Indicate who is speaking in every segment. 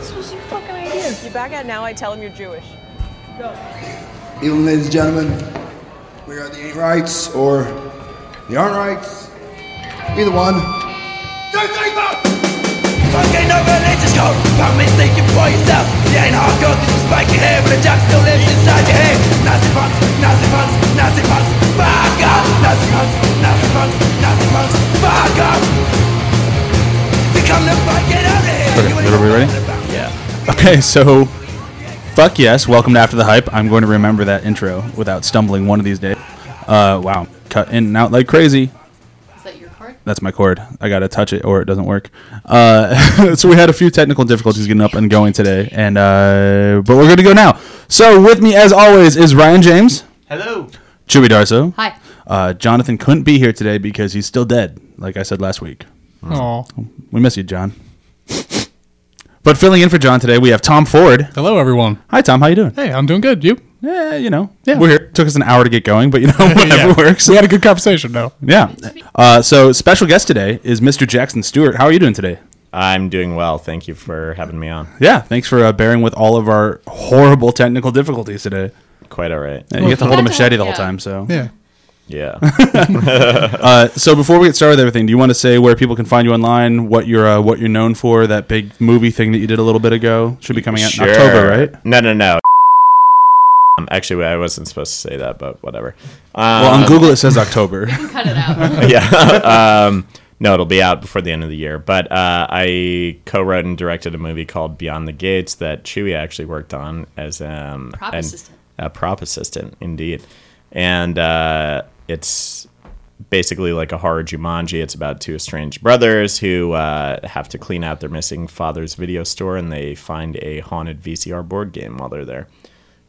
Speaker 1: just your fucking idea. You back out now, I tell him you're Jewish.
Speaker 2: Evening, ladies and gentlemen. We are the Ain't Rights or the Aren't Rights. Either one.
Speaker 3: Two, three, four! Fucking no religious code Don't mistake it for yourself You ain't hardcore cause you spike your hair But a jock still lives inside your head Nazi punks, Nazi punks, Nazi punks Fuck off Nazi punks, Nazi punks, Nazi punks Fuck off You come to fight, get out of here You ain't
Speaker 4: are we ready?
Speaker 3: about
Speaker 4: Yeah. Okay, so fuck yes, welcome to After the Hype. I'm going to remember that intro without stumbling one of these days. Uh, wow, cut in and out like crazy.
Speaker 5: Is that your card?
Speaker 4: That's my cord. I gotta touch it or it doesn't work. Uh, so we had a few technical difficulties getting up and going today, and uh, but we're good to go now. So with me, as always, is Ryan James. Hello. Chewy Darso.
Speaker 5: Hi.
Speaker 4: Uh, Jonathan couldn't be here today because he's still dead, like I said last week.
Speaker 6: Aw.
Speaker 4: We miss you, John. but filling in for John today, we have Tom Ford.
Speaker 6: Hello, everyone.
Speaker 4: Hi, Tom. How you doing?
Speaker 6: Hey, I'm doing good. Eh, You?
Speaker 4: Yeah, you know,
Speaker 6: Yeah.
Speaker 4: We're here. Took us an hour to get going, but you know, whatever
Speaker 6: Yeah.
Speaker 4: works.
Speaker 6: We had a good conversation, though.
Speaker 4: Yeah. Uh, so special guest today is Mr. Jackson Stewart. How are you doing today?
Speaker 7: I'm doing well. Thank you for having me on.
Speaker 4: Yeah. Thanks for uh, bearing with all of our horrible technical difficulties today.
Speaker 7: Quite all right.
Speaker 4: Yeah, you get to hold a
Speaker 5: Well,
Speaker 4: machete the whole
Speaker 5: yeah.
Speaker 4: time. So,
Speaker 6: Yeah.
Speaker 7: Yeah.
Speaker 4: uh, so before we get started with everything, do you want to say where people can find you online? What you're uh, what you're known for? That big movie thing that you did a little bit ago should be coming out in October, right?
Speaker 7: No, no, no. Um, actually, I wasn't supposed to say that, but whatever. Um,
Speaker 4: Well, on Google it says October.
Speaker 5: Cut it out.
Speaker 7: yeah. um, no, it'll be out before the end of the year. But uh, I co-wrote and directed a movie called Beyond the Gates that Chewy actually worked on as um,
Speaker 5: Prop
Speaker 7: an-
Speaker 5: assistant.
Speaker 7: A prop assistant, indeed. And uh, it's basically like a horror Jumanji. It's about two estranged brothers who uh, have to clean out their missing father's video store, and they find a haunted VCR board game while they're there.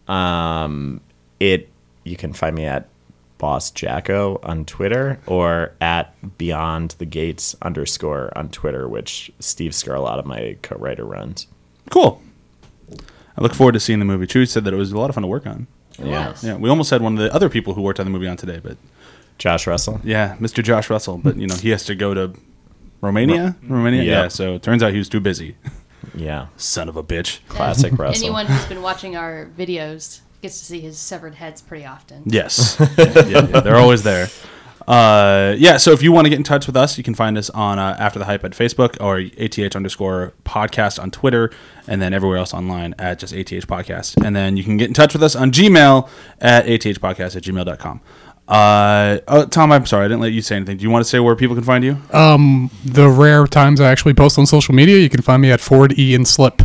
Speaker 7: Um, it you can find me at Boss Jacko on Twitter or at Beyond the Gates underscore on Twitter, which Steve Scarlotta, my co-writer, runs.
Speaker 4: cool. I look forward to seeing the movie. Chewy said that it was a lot of fun to work on.
Speaker 5: It
Speaker 7: Yeah.
Speaker 5: was.
Speaker 4: Yeah, we almost had one of the other people who worked on the movie on today, but
Speaker 7: Josh Russell.
Speaker 4: yeah, Mr. Josh Russell, but you know he has to go to Romania, Romania.
Speaker 7: Yeah.
Speaker 4: Yeah, so it turns out he was too busy.
Speaker 7: Yeah,
Speaker 4: Son of a bitch.
Speaker 7: classic Russell.
Speaker 5: Anyone who's been watching our videos gets to see his severed heads pretty often.
Speaker 4: Yes. yeah, yeah, they're always there. Uh, yeah, so if you want to get in touch with us, you can find us on uh, After the Hype at Facebook or ATH underscore podcast on Twitter, and then everywhere else online at just ATH podcast. And then you can get in touch with us on Gmail at ATH podcast at gmail.com. Uh, oh, Tom, I'm sorry, I didn't let you say anything. Do you want to say where people can find you?
Speaker 6: Uh, The rare times I actually post on social media, you can find me at Ford E and Slip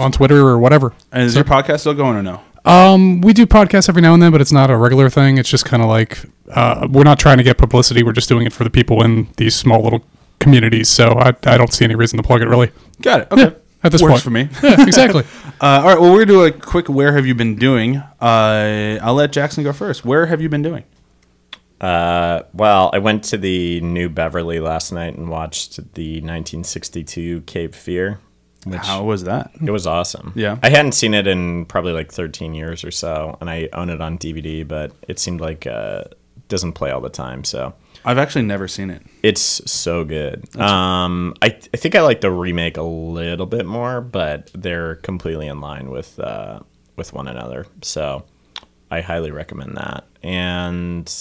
Speaker 6: on Twitter or whatever.
Speaker 4: and is your podcast still going or no?
Speaker 6: Um, we do podcasts every now and then, but it's not a regular thing. It's just kind of like uh, we're not trying to get publicity. We're just doing it for the people in these small little communities. So I, I don't see any reason to plug it really.
Speaker 4: Got it. Okay.
Speaker 6: At this
Speaker 4: Works
Speaker 6: point
Speaker 4: for me.
Speaker 6: Yeah, exactly.
Speaker 4: Uh, all right, well, we're going to do a quick where have you been doing. Uh, I'll let Jackson go first. Where have you been doing?
Speaker 7: Uh, well, I went to the New Beverly last night and watched the 1962 Cape Fear. Which
Speaker 4: How was that?
Speaker 7: It was awesome.
Speaker 4: Yeah.
Speaker 7: I hadn't seen it in probably like 13 years or so, and I own it on DVD, but it seemed like uh, it doesn't play all the time. So
Speaker 4: I've actually never seen it.
Speaker 7: it's so good. Um, I, I think I like the remake a little bit more, but they're completely in line with uh, with one another. So I highly recommend that. And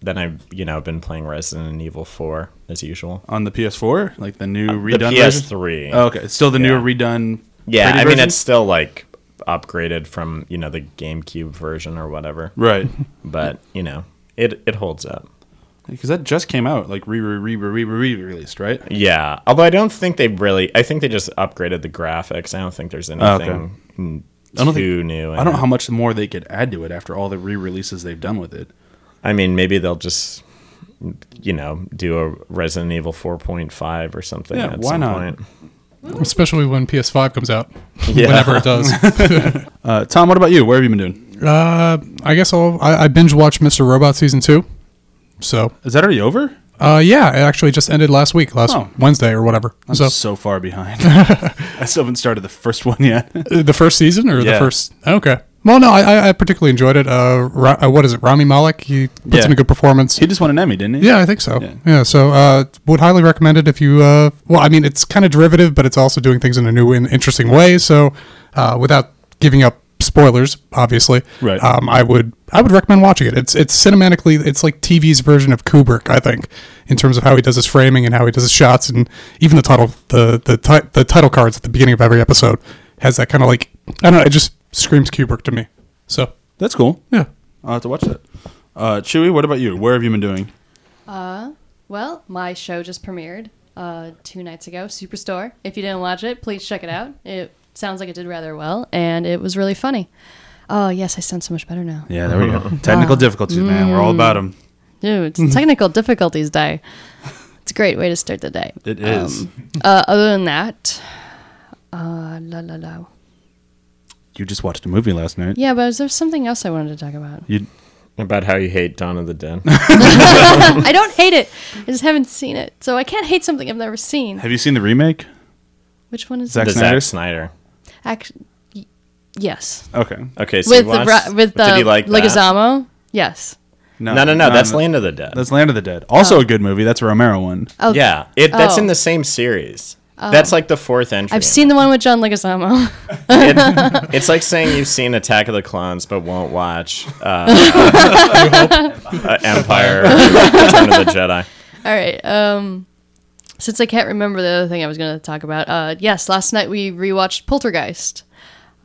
Speaker 7: then I've you know been playing Resident Evil 4 as usual.
Speaker 4: on the PS4, like the new
Speaker 7: Uh, The
Speaker 4: redone version.
Speaker 7: PS3.
Speaker 4: Oh, okay, it's still the
Speaker 7: Yeah.
Speaker 4: new redone.
Speaker 7: Yeah,
Speaker 4: pretty
Speaker 7: I
Speaker 4: version?
Speaker 7: mean it's still like upgraded from you know the GameCube version or whatever,
Speaker 4: right
Speaker 7: but you know it it holds up.
Speaker 4: because that just came out, like re re re re re re released, right?
Speaker 7: Yeah, although I don't think they really. I think they just upgraded the graphics. I don't think there's
Speaker 4: Oh, okay.
Speaker 7: anything n-
Speaker 4: I don't
Speaker 7: too
Speaker 4: think-
Speaker 7: new. in
Speaker 4: I don't know
Speaker 7: it.
Speaker 4: how much more they could add to it after all the re-releases they've done with it.
Speaker 7: I mean, maybe they'll just you know do a Resident Evil 4.5 or something.
Speaker 4: Yeah,
Speaker 7: at
Speaker 4: why
Speaker 7: some
Speaker 4: not?
Speaker 7: Point.
Speaker 6: Especially when PS5 comes out,
Speaker 7: Yeah.
Speaker 6: whenever it does.
Speaker 4: Uh, Tom, what about you? Where have you been doing?
Speaker 6: Uh, I guess I'll, I, I binge watched Mr. Robot season two. So,
Speaker 4: Is that already over?
Speaker 6: uh, yeah, it actually just ended last week, last
Speaker 4: Oh.
Speaker 6: Wednesday or whatever.
Speaker 4: I'm
Speaker 6: so,
Speaker 4: so, far behind. I still haven't started the first one yet.
Speaker 6: uh, the first season or
Speaker 4: Yeah.
Speaker 6: the first? Okay, Well, no, I- I, I particularly enjoyed it. Uh, Ra- uh, what is it? Rami Malek. He puts
Speaker 4: Yeah.
Speaker 6: in a good performance.
Speaker 4: He just won an Emmy, didn't he?
Speaker 6: yeah, I think so.
Speaker 4: Yeah.
Speaker 6: Yeah. so uh, would highly recommend it if you. Uh, well, I mean, it's kind of derivative, but it's also doing things in a new and interesting way. So, uh, without giving up spoilers, obviously,
Speaker 4: Right.
Speaker 6: Um, I would I would recommend watching it. It's it's cinematically it's like TV's version of Kubrick, I think, in terms of how he does his framing and how he does his shots and even the title the the ti- the title cards at the beginning of every episode has that kind of like I don't know. It just screams Kubrick to me. So
Speaker 4: That's cool.
Speaker 6: yeah.
Speaker 4: I'll have to watch that. Uh, Chewy, what about you? Where have you been doing?
Speaker 5: Well, my show just premiered uh, two nights ago, Superstore. If you didn't watch it, please check it out. It sounds like it did rather well, and it was really funny. Oh, yes, I sound so much better now.
Speaker 4: Yeah, there we go. Technical difficulties, man. We're all about them.
Speaker 5: Dude, it's technical difficulties day. It's a great way to start the day.
Speaker 4: It is.
Speaker 5: Uh, other than that, uh, la la la.
Speaker 4: you just watched a movie last night.
Speaker 5: Yeah, but is there something else I wanted to talk about?
Speaker 4: You
Speaker 7: About how you hate Dawn of the Dead.
Speaker 5: I don't hate it. I just haven't seen it, so I can't hate something I've never seen.
Speaker 4: have you seen the remake?
Speaker 5: Which one is
Speaker 4: Zack
Speaker 7: the
Speaker 5: it?
Speaker 4: Snyder?
Speaker 7: Zack Snyder.
Speaker 5: Actually, yes,
Speaker 4: Okay.
Speaker 7: Okay, so
Speaker 5: with
Speaker 7: you
Speaker 5: the
Speaker 7: watched-
Speaker 5: bra- with the
Speaker 7: did you like that?
Speaker 5: Leguizamo. Yes.
Speaker 7: No, no, no. that's Land Uh, of the Dead.
Speaker 4: That's Land of the Dead. Also a good movie. That's a Romero one.
Speaker 5: Oh,
Speaker 7: yeah, it. That's
Speaker 5: Oh.
Speaker 7: in the same series. That's like the fourth entry.
Speaker 5: I've seen the one with John Leguizamo.
Speaker 7: It- it's like saying you've seen Attack of the Clones but won't watch uh, uh, Empire, or Return of the Jedi.
Speaker 5: All right. Um, since I can't remember the other thing I was going to talk about, uh, yes, last night we rewatched Poltergeist.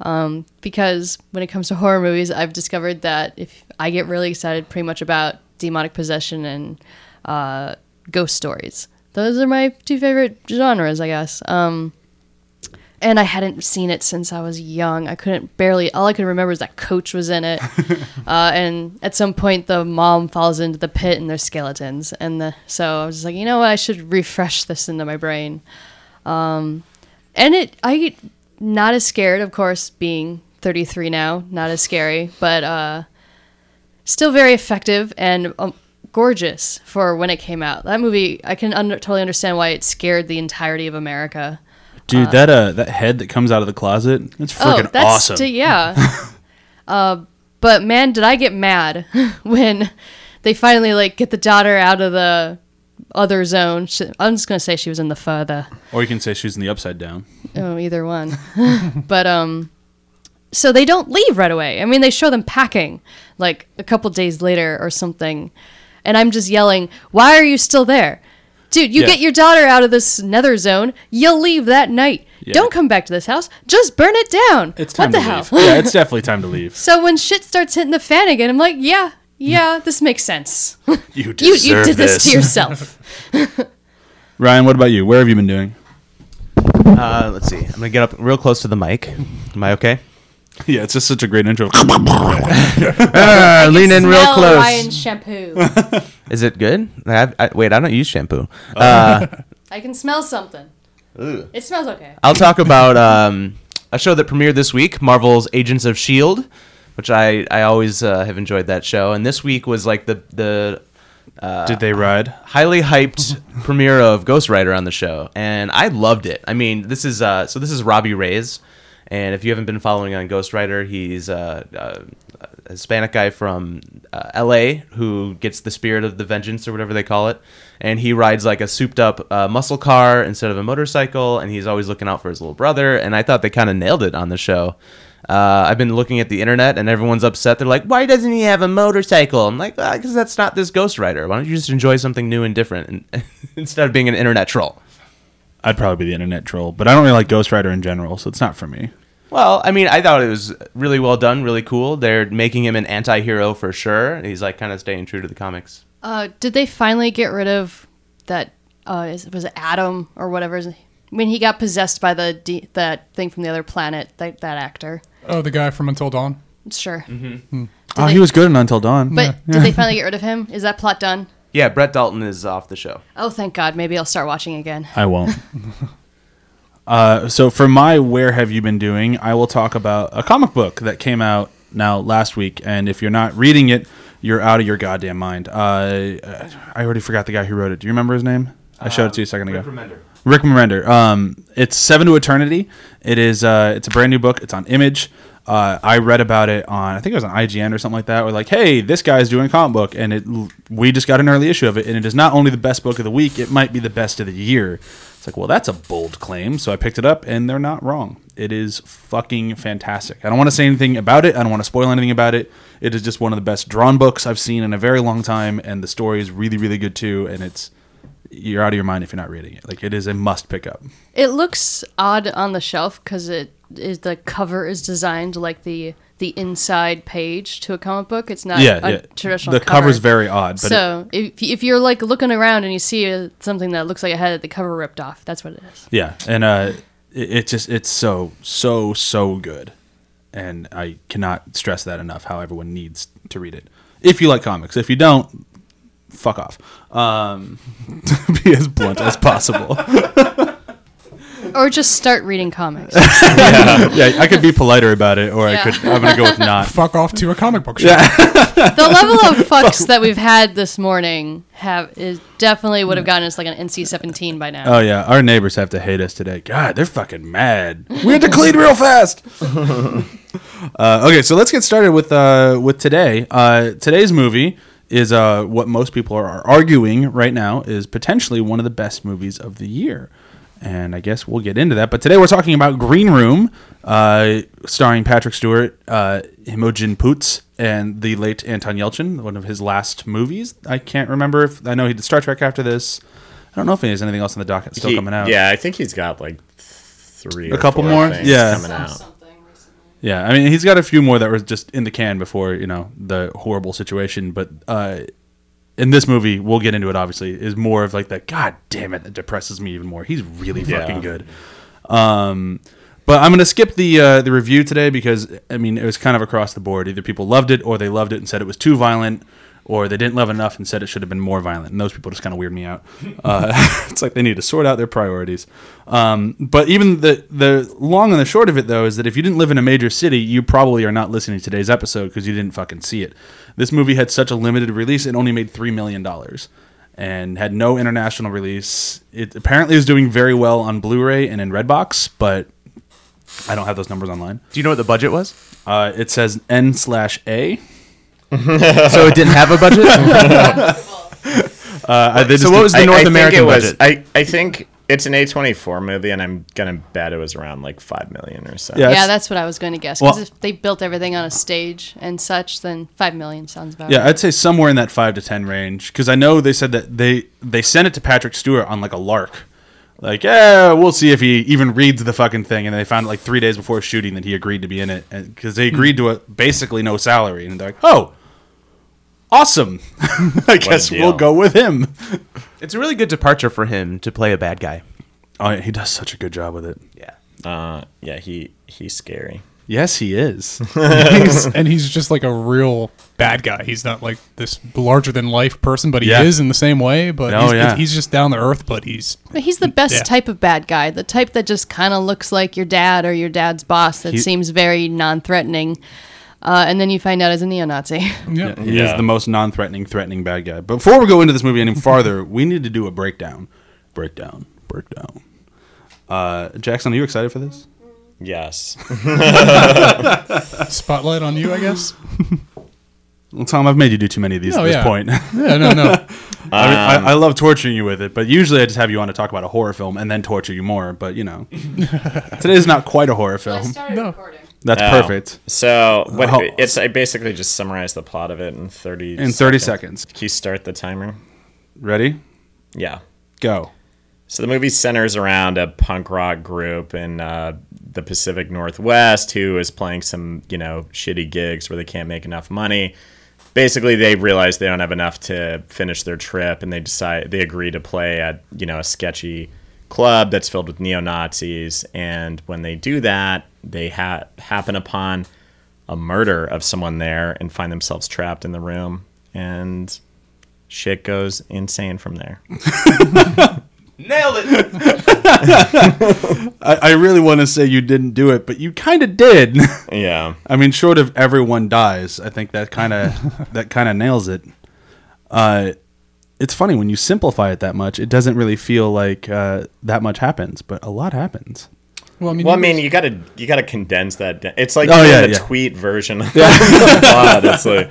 Speaker 5: Um, because when it comes to horror movies, I've discovered that if I get really excited, pretty much about demonic possession and uh, ghost stories, those are my two favorite genres, I guess. Um, and I hadn't seen it since I was young. I couldn't barely. All I could remember is that Coach was in it. Uh, and at some point, the mom falls into the pit and there's skeletons. And the, so I was just like, you know what? I should refresh this into my brain. Um, and it, I get not as scared, of course, being 33 now, not as scary, but uh, still very effective and um, gorgeous for when it came out. That movie, I can under, totally understand why it scared the entirety of America.
Speaker 4: Dude, that uh that head that comes out of the closet, it's
Speaker 5: Oh,
Speaker 4: freaking awesome.
Speaker 5: sti- yeah. uh, but man, did I get mad when they finally like get the daughter out of the other zone. She, I'm just gonna say she was in the further.
Speaker 4: or you can say she's in the upside down.
Speaker 5: Oh, either one. but um, so they don't leave right away. I mean, they show them packing like a couple days later or something, and I'm just yelling, "Why are you still there?" Dude, you
Speaker 4: Yeah.
Speaker 5: get your daughter out of this nether zone. You'll leave that night.
Speaker 4: Yeah.
Speaker 5: Don't come back to this house. Just burn it down.
Speaker 4: It's time
Speaker 5: what the
Speaker 4: to
Speaker 5: hell?
Speaker 4: leave. Yeah, it's definitely time to leave.
Speaker 5: So when shit starts hitting the fan again, I'm like, yeah, yeah, this makes sense.
Speaker 4: You
Speaker 5: You,
Speaker 4: deserve
Speaker 5: you did this, to yourself.
Speaker 4: Ryan, what about you? Where have you been doing?
Speaker 8: Uh, let's see. I'm gonna get up real close to the mic. Am I okay?
Speaker 4: Yeah, it's just such a great intro.
Speaker 8: Uh, lean in real close.
Speaker 5: Ryan's shampoo.
Speaker 8: Is it good? Like, I, I, wait, I don't use shampoo. Uh,
Speaker 5: I can smell something. It smells okay.
Speaker 8: I'll talk about um, a show that premiered this week, Marvel's Agents of Shield, E which I I always uh, have enjoyed that show. And this week was like the the
Speaker 4: Did they ride?
Speaker 8: highly hyped premiere of Ghost Rider on the show, and I loved it. I mean, this is uh, so this is Robbie Reyes, and if you haven't been following on Ghost Rider, he's uh, uh, a Hispanic guy from uh, L.A. who gets the spirit of the vengeance or whatever they call it, and he rides like a souped-up uh, muscle car instead of a motorcycle, and he's always looking out for his little brother. And I thought they kind of nailed it on the show. Uh, I've been looking at the internet and everyone's upset. They're like, why doesn't he have a motorcycle? I'm like, because that's not this Ghost Rider. Why don't you just enjoy something new and different and, instead of being an internet troll?
Speaker 4: I'd probably be the internet troll, but I don't really like Ghost Rider in general, so it's not for me.
Speaker 8: Well, I mean, I thought it was really well done, really cool. They're making him an anti hero for sure. and He's like kind of staying true to the comics.
Speaker 5: Uh, did they finally get rid of that? Uh, is, was it Adam or whatever? his- When he got possessed by the de- that thing from the other planet, that, that actor.
Speaker 6: Oh, the guy from Until Dawn.
Speaker 5: Sure.
Speaker 4: oh,
Speaker 5: they-
Speaker 4: he was good in Until Dawn.
Speaker 5: But did they finally get rid of him? Is that plot done?
Speaker 8: Yeah, Brett Dalton is off the show.
Speaker 5: Oh, thank God. Maybe I'll start watching again.
Speaker 4: I won't. uh, so for my where have you been doing, I will talk about a comic book that came out now last week, and if you're not reading it, you're out of your goddamn mind. Uh, I already forgot the guy who wrote it. Do you remember his name? I showed it to you a second ago. Rick Remender. Um, it's Seven to Eternity. It is. Uh, it's a brand new book. It's on Image. Uh, I read about it on. I think it was on IGN or something like that. We're like, hey, this guy's doing a comic book, and it. We just got an early issue of it, and it is not only the best book of the week. It might be the best of the year. It's like, well, that's a bold claim. So I picked it up, and they're not wrong. It is fucking fantastic. I don't want to say anything about it. I don't want to spoil anything about it. It is just one of the best drawn books I've seen in a very long time, and the story is really, really good too. And it's you're out of your mind if you're not reading it. Like it is a must pick up.
Speaker 5: It looks odd on the shelf because it is the cover is designed like the the inside page to a comic book. It's not
Speaker 4: Yeah,
Speaker 5: a
Speaker 4: yeah.
Speaker 5: traditional.
Speaker 4: The
Speaker 5: cover.
Speaker 4: cover's very odd, but
Speaker 5: so if if you're like looking around and you see uh something that looks like it had the cover ripped off, that's what it is.
Speaker 4: Yeah, and uh, it, it just it's so so so good, and I cannot stress that enough. How everyone needs to read it if you like comics. If you don't, fuck off. Um, to be as blunt as possible.
Speaker 5: Or just start reading comics.
Speaker 4: yeah, I could be politer about it, or
Speaker 5: Yeah.
Speaker 4: I could. I'm gonna go with not.
Speaker 6: Fuck off to a comic book shop.
Speaker 5: the level of fucks that we've had this morning have is definitely would have gotten us like an NC-17 by now.
Speaker 4: Oh yeah, our neighbors have to hate us today. God, they're fucking mad. We had to clean real fast. uh, okay, so let's get started with uh, with today. Uh, today's movie is uh, what most people are arguing right now is potentially one of the best movies of the year, and I guess we'll get into that. But today we're talking about Green Room, uh, starring Patrick Stewart, uh, Imogen Poots, and the late Anton Yelchin, one of his last movies. I can't remember if I know he did Star Trek after this. I don't know if he has anything else on the docket still
Speaker 7: He-
Speaker 4: coming out.
Speaker 7: Yeah, I think he's got like three,
Speaker 4: A
Speaker 7: or
Speaker 4: couple
Speaker 7: four
Speaker 4: more?
Speaker 7: things
Speaker 4: Yeah.
Speaker 7: coming out.
Speaker 4: Yeah, I mean, he's got a few more that were just in the can before you know the horrible situation. But uh, in this movie, we'll get into it. Obviously, is more of like that. God damn it, that depresses me even more. He's really fucking good. Um, but I'm gonna skip the uh, the review today because I mean it was kind of across the board. Either people loved it or they loved it and said it was too violent, or they didn't love it enough and said it should have been more violent. And those people just kind of weird me out. Uh, it's like they need to sort out their priorities. Um, but even the the long and the short of it though is that if you didn't live in a major city, you probably are not listening to today's episode because you didn't fucking see it. This movie had such a limited release; it only made three million dollars and had no international release. It apparently is doing very well on Blu-ray and in Redbox, but I don't have those numbers online.
Speaker 8: Do you know what the budget was?
Speaker 4: Uh, it says N slash A.
Speaker 8: so it didn't have a budget.
Speaker 4: Uh, they
Speaker 8: so
Speaker 4: just
Speaker 8: what was the
Speaker 4: I-
Speaker 8: North
Speaker 4: I-
Speaker 7: think
Speaker 8: American
Speaker 7: it was,
Speaker 8: budget.
Speaker 7: I, I think it's an A24 movie, and I'm gonna bet it was around like five million or so.
Speaker 4: Yeah.
Speaker 5: yeah,
Speaker 4: that's-
Speaker 5: that's what I was going to guess. Because
Speaker 4: Well-
Speaker 5: if they built everything on a stage and such, then five million sounds about
Speaker 4: Yeah,
Speaker 5: right.
Speaker 4: I'd say somewhere in that five to ten range because I know they said that they they sent it to Patrick Stewart on like a lark, like yeah, we'll see if he even reads the fucking thing, and they found it like three days before shooting that he agreed to be in it because they agreed to a basically no salary, and they're like, oh, awesome, I guess
Speaker 7: deal.
Speaker 4: we'll go with him.
Speaker 8: it's a really good departure for him to play a bad guy.
Speaker 4: Oh, yeah, he does such a good job with it.
Speaker 8: Yeah.
Speaker 7: Uh, yeah, he he's scary.
Speaker 4: Yes, he is.
Speaker 6: He's- and he's just like a real bad guy. He's not like this larger than life person, but he
Speaker 4: Yeah.
Speaker 6: is in the same way. But
Speaker 4: Oh,
Speaker 6: he's,
Speaker 4: yeah.
Speaker 6: he's just down the earth. But he's
Speaker 5: But he's the best
Speaker 6: Yeah.
Speaker 5: type of bad guy, the type that just kind of looks like your dad or your dad's boss that
Speaker 4: He-
Speaker 5: seems very non-threatening. Uh, and then you find out he's a neo-Nazi.
Speaker 6: yeah.
Speaker 4: He is the most non-threatening, threatening bad guy. Before we go into this movie any farther, we need to do a breakdown. Breakdown. Breakdown. Uh, Jackson, are you excited for this?
Speaker 7: Yes.
Speaker 6: Spotlight on you, I guess.
Speaker 4: Well, Tom, I've made you do too many of these
Speaker 6: Oh,
Speaker 4: at this
Speaker 6: yeah.
Speaker 4: point.
Speaker 6: Yeah, no, no.
Speaker 4: I, mean, I, I love torturing you with it, but usually I just have you on to talk about a horror film and then torture you more. But you know, today's not quite a horror film.
Speaker 6: No.
Speaker 4: That's
Speaker 7: Oh.
Speaker 4: perfect.
Speaker 7: So what
Speaker 4: Oh.
Speaker 7: it's I basically just summarized the plot of it in thirty
Speaker 4: In 30 seconds,
Speaker 7: Can you start the timer?
Speaker 4: ready?
Speaker 7: Yeah.
Speaker 4: Go.
Speaker 7: So the movie centers around a punk rock group in uh, the Pacific Northwest who is playing some, you know, shitty gigs where they can't make enough money. Basically, they realize they don't have enough to finish their trip, and they decide they agree to play at, you know, a sketchy club that's filled with neo Nazis. And when they do that, they ha- happen upon a murder of someone there and find themselves trapped in the room, and shit goes insane from there.
Speaker 8: Nailed it.
Speaker 4: I, I really want to say you didn't do it, but you kind of did.
Speaker 7: Yeah.
Speaker 4: I mean, short of everyone dies, I think that kind of that kind of nails it. Uh, it's funny when you simplify it that much, it doesn't really feel like uh, that much happens, but a lot happens.
Speaker 6: Well, I mean,
Speaker 7: Well, I
Speaker 6: you
Speaker 7: mean,
Speaker 6: guys-
Speaker 7: you gotta you gotta condense that. Down. It's like
Speaker 4: Oh,
Speaker 7: doing
Speaker 4: yeah,
Speaker 7: the
Speaker 4: yeah.
Speaker 7: tweet version of the plot. It's like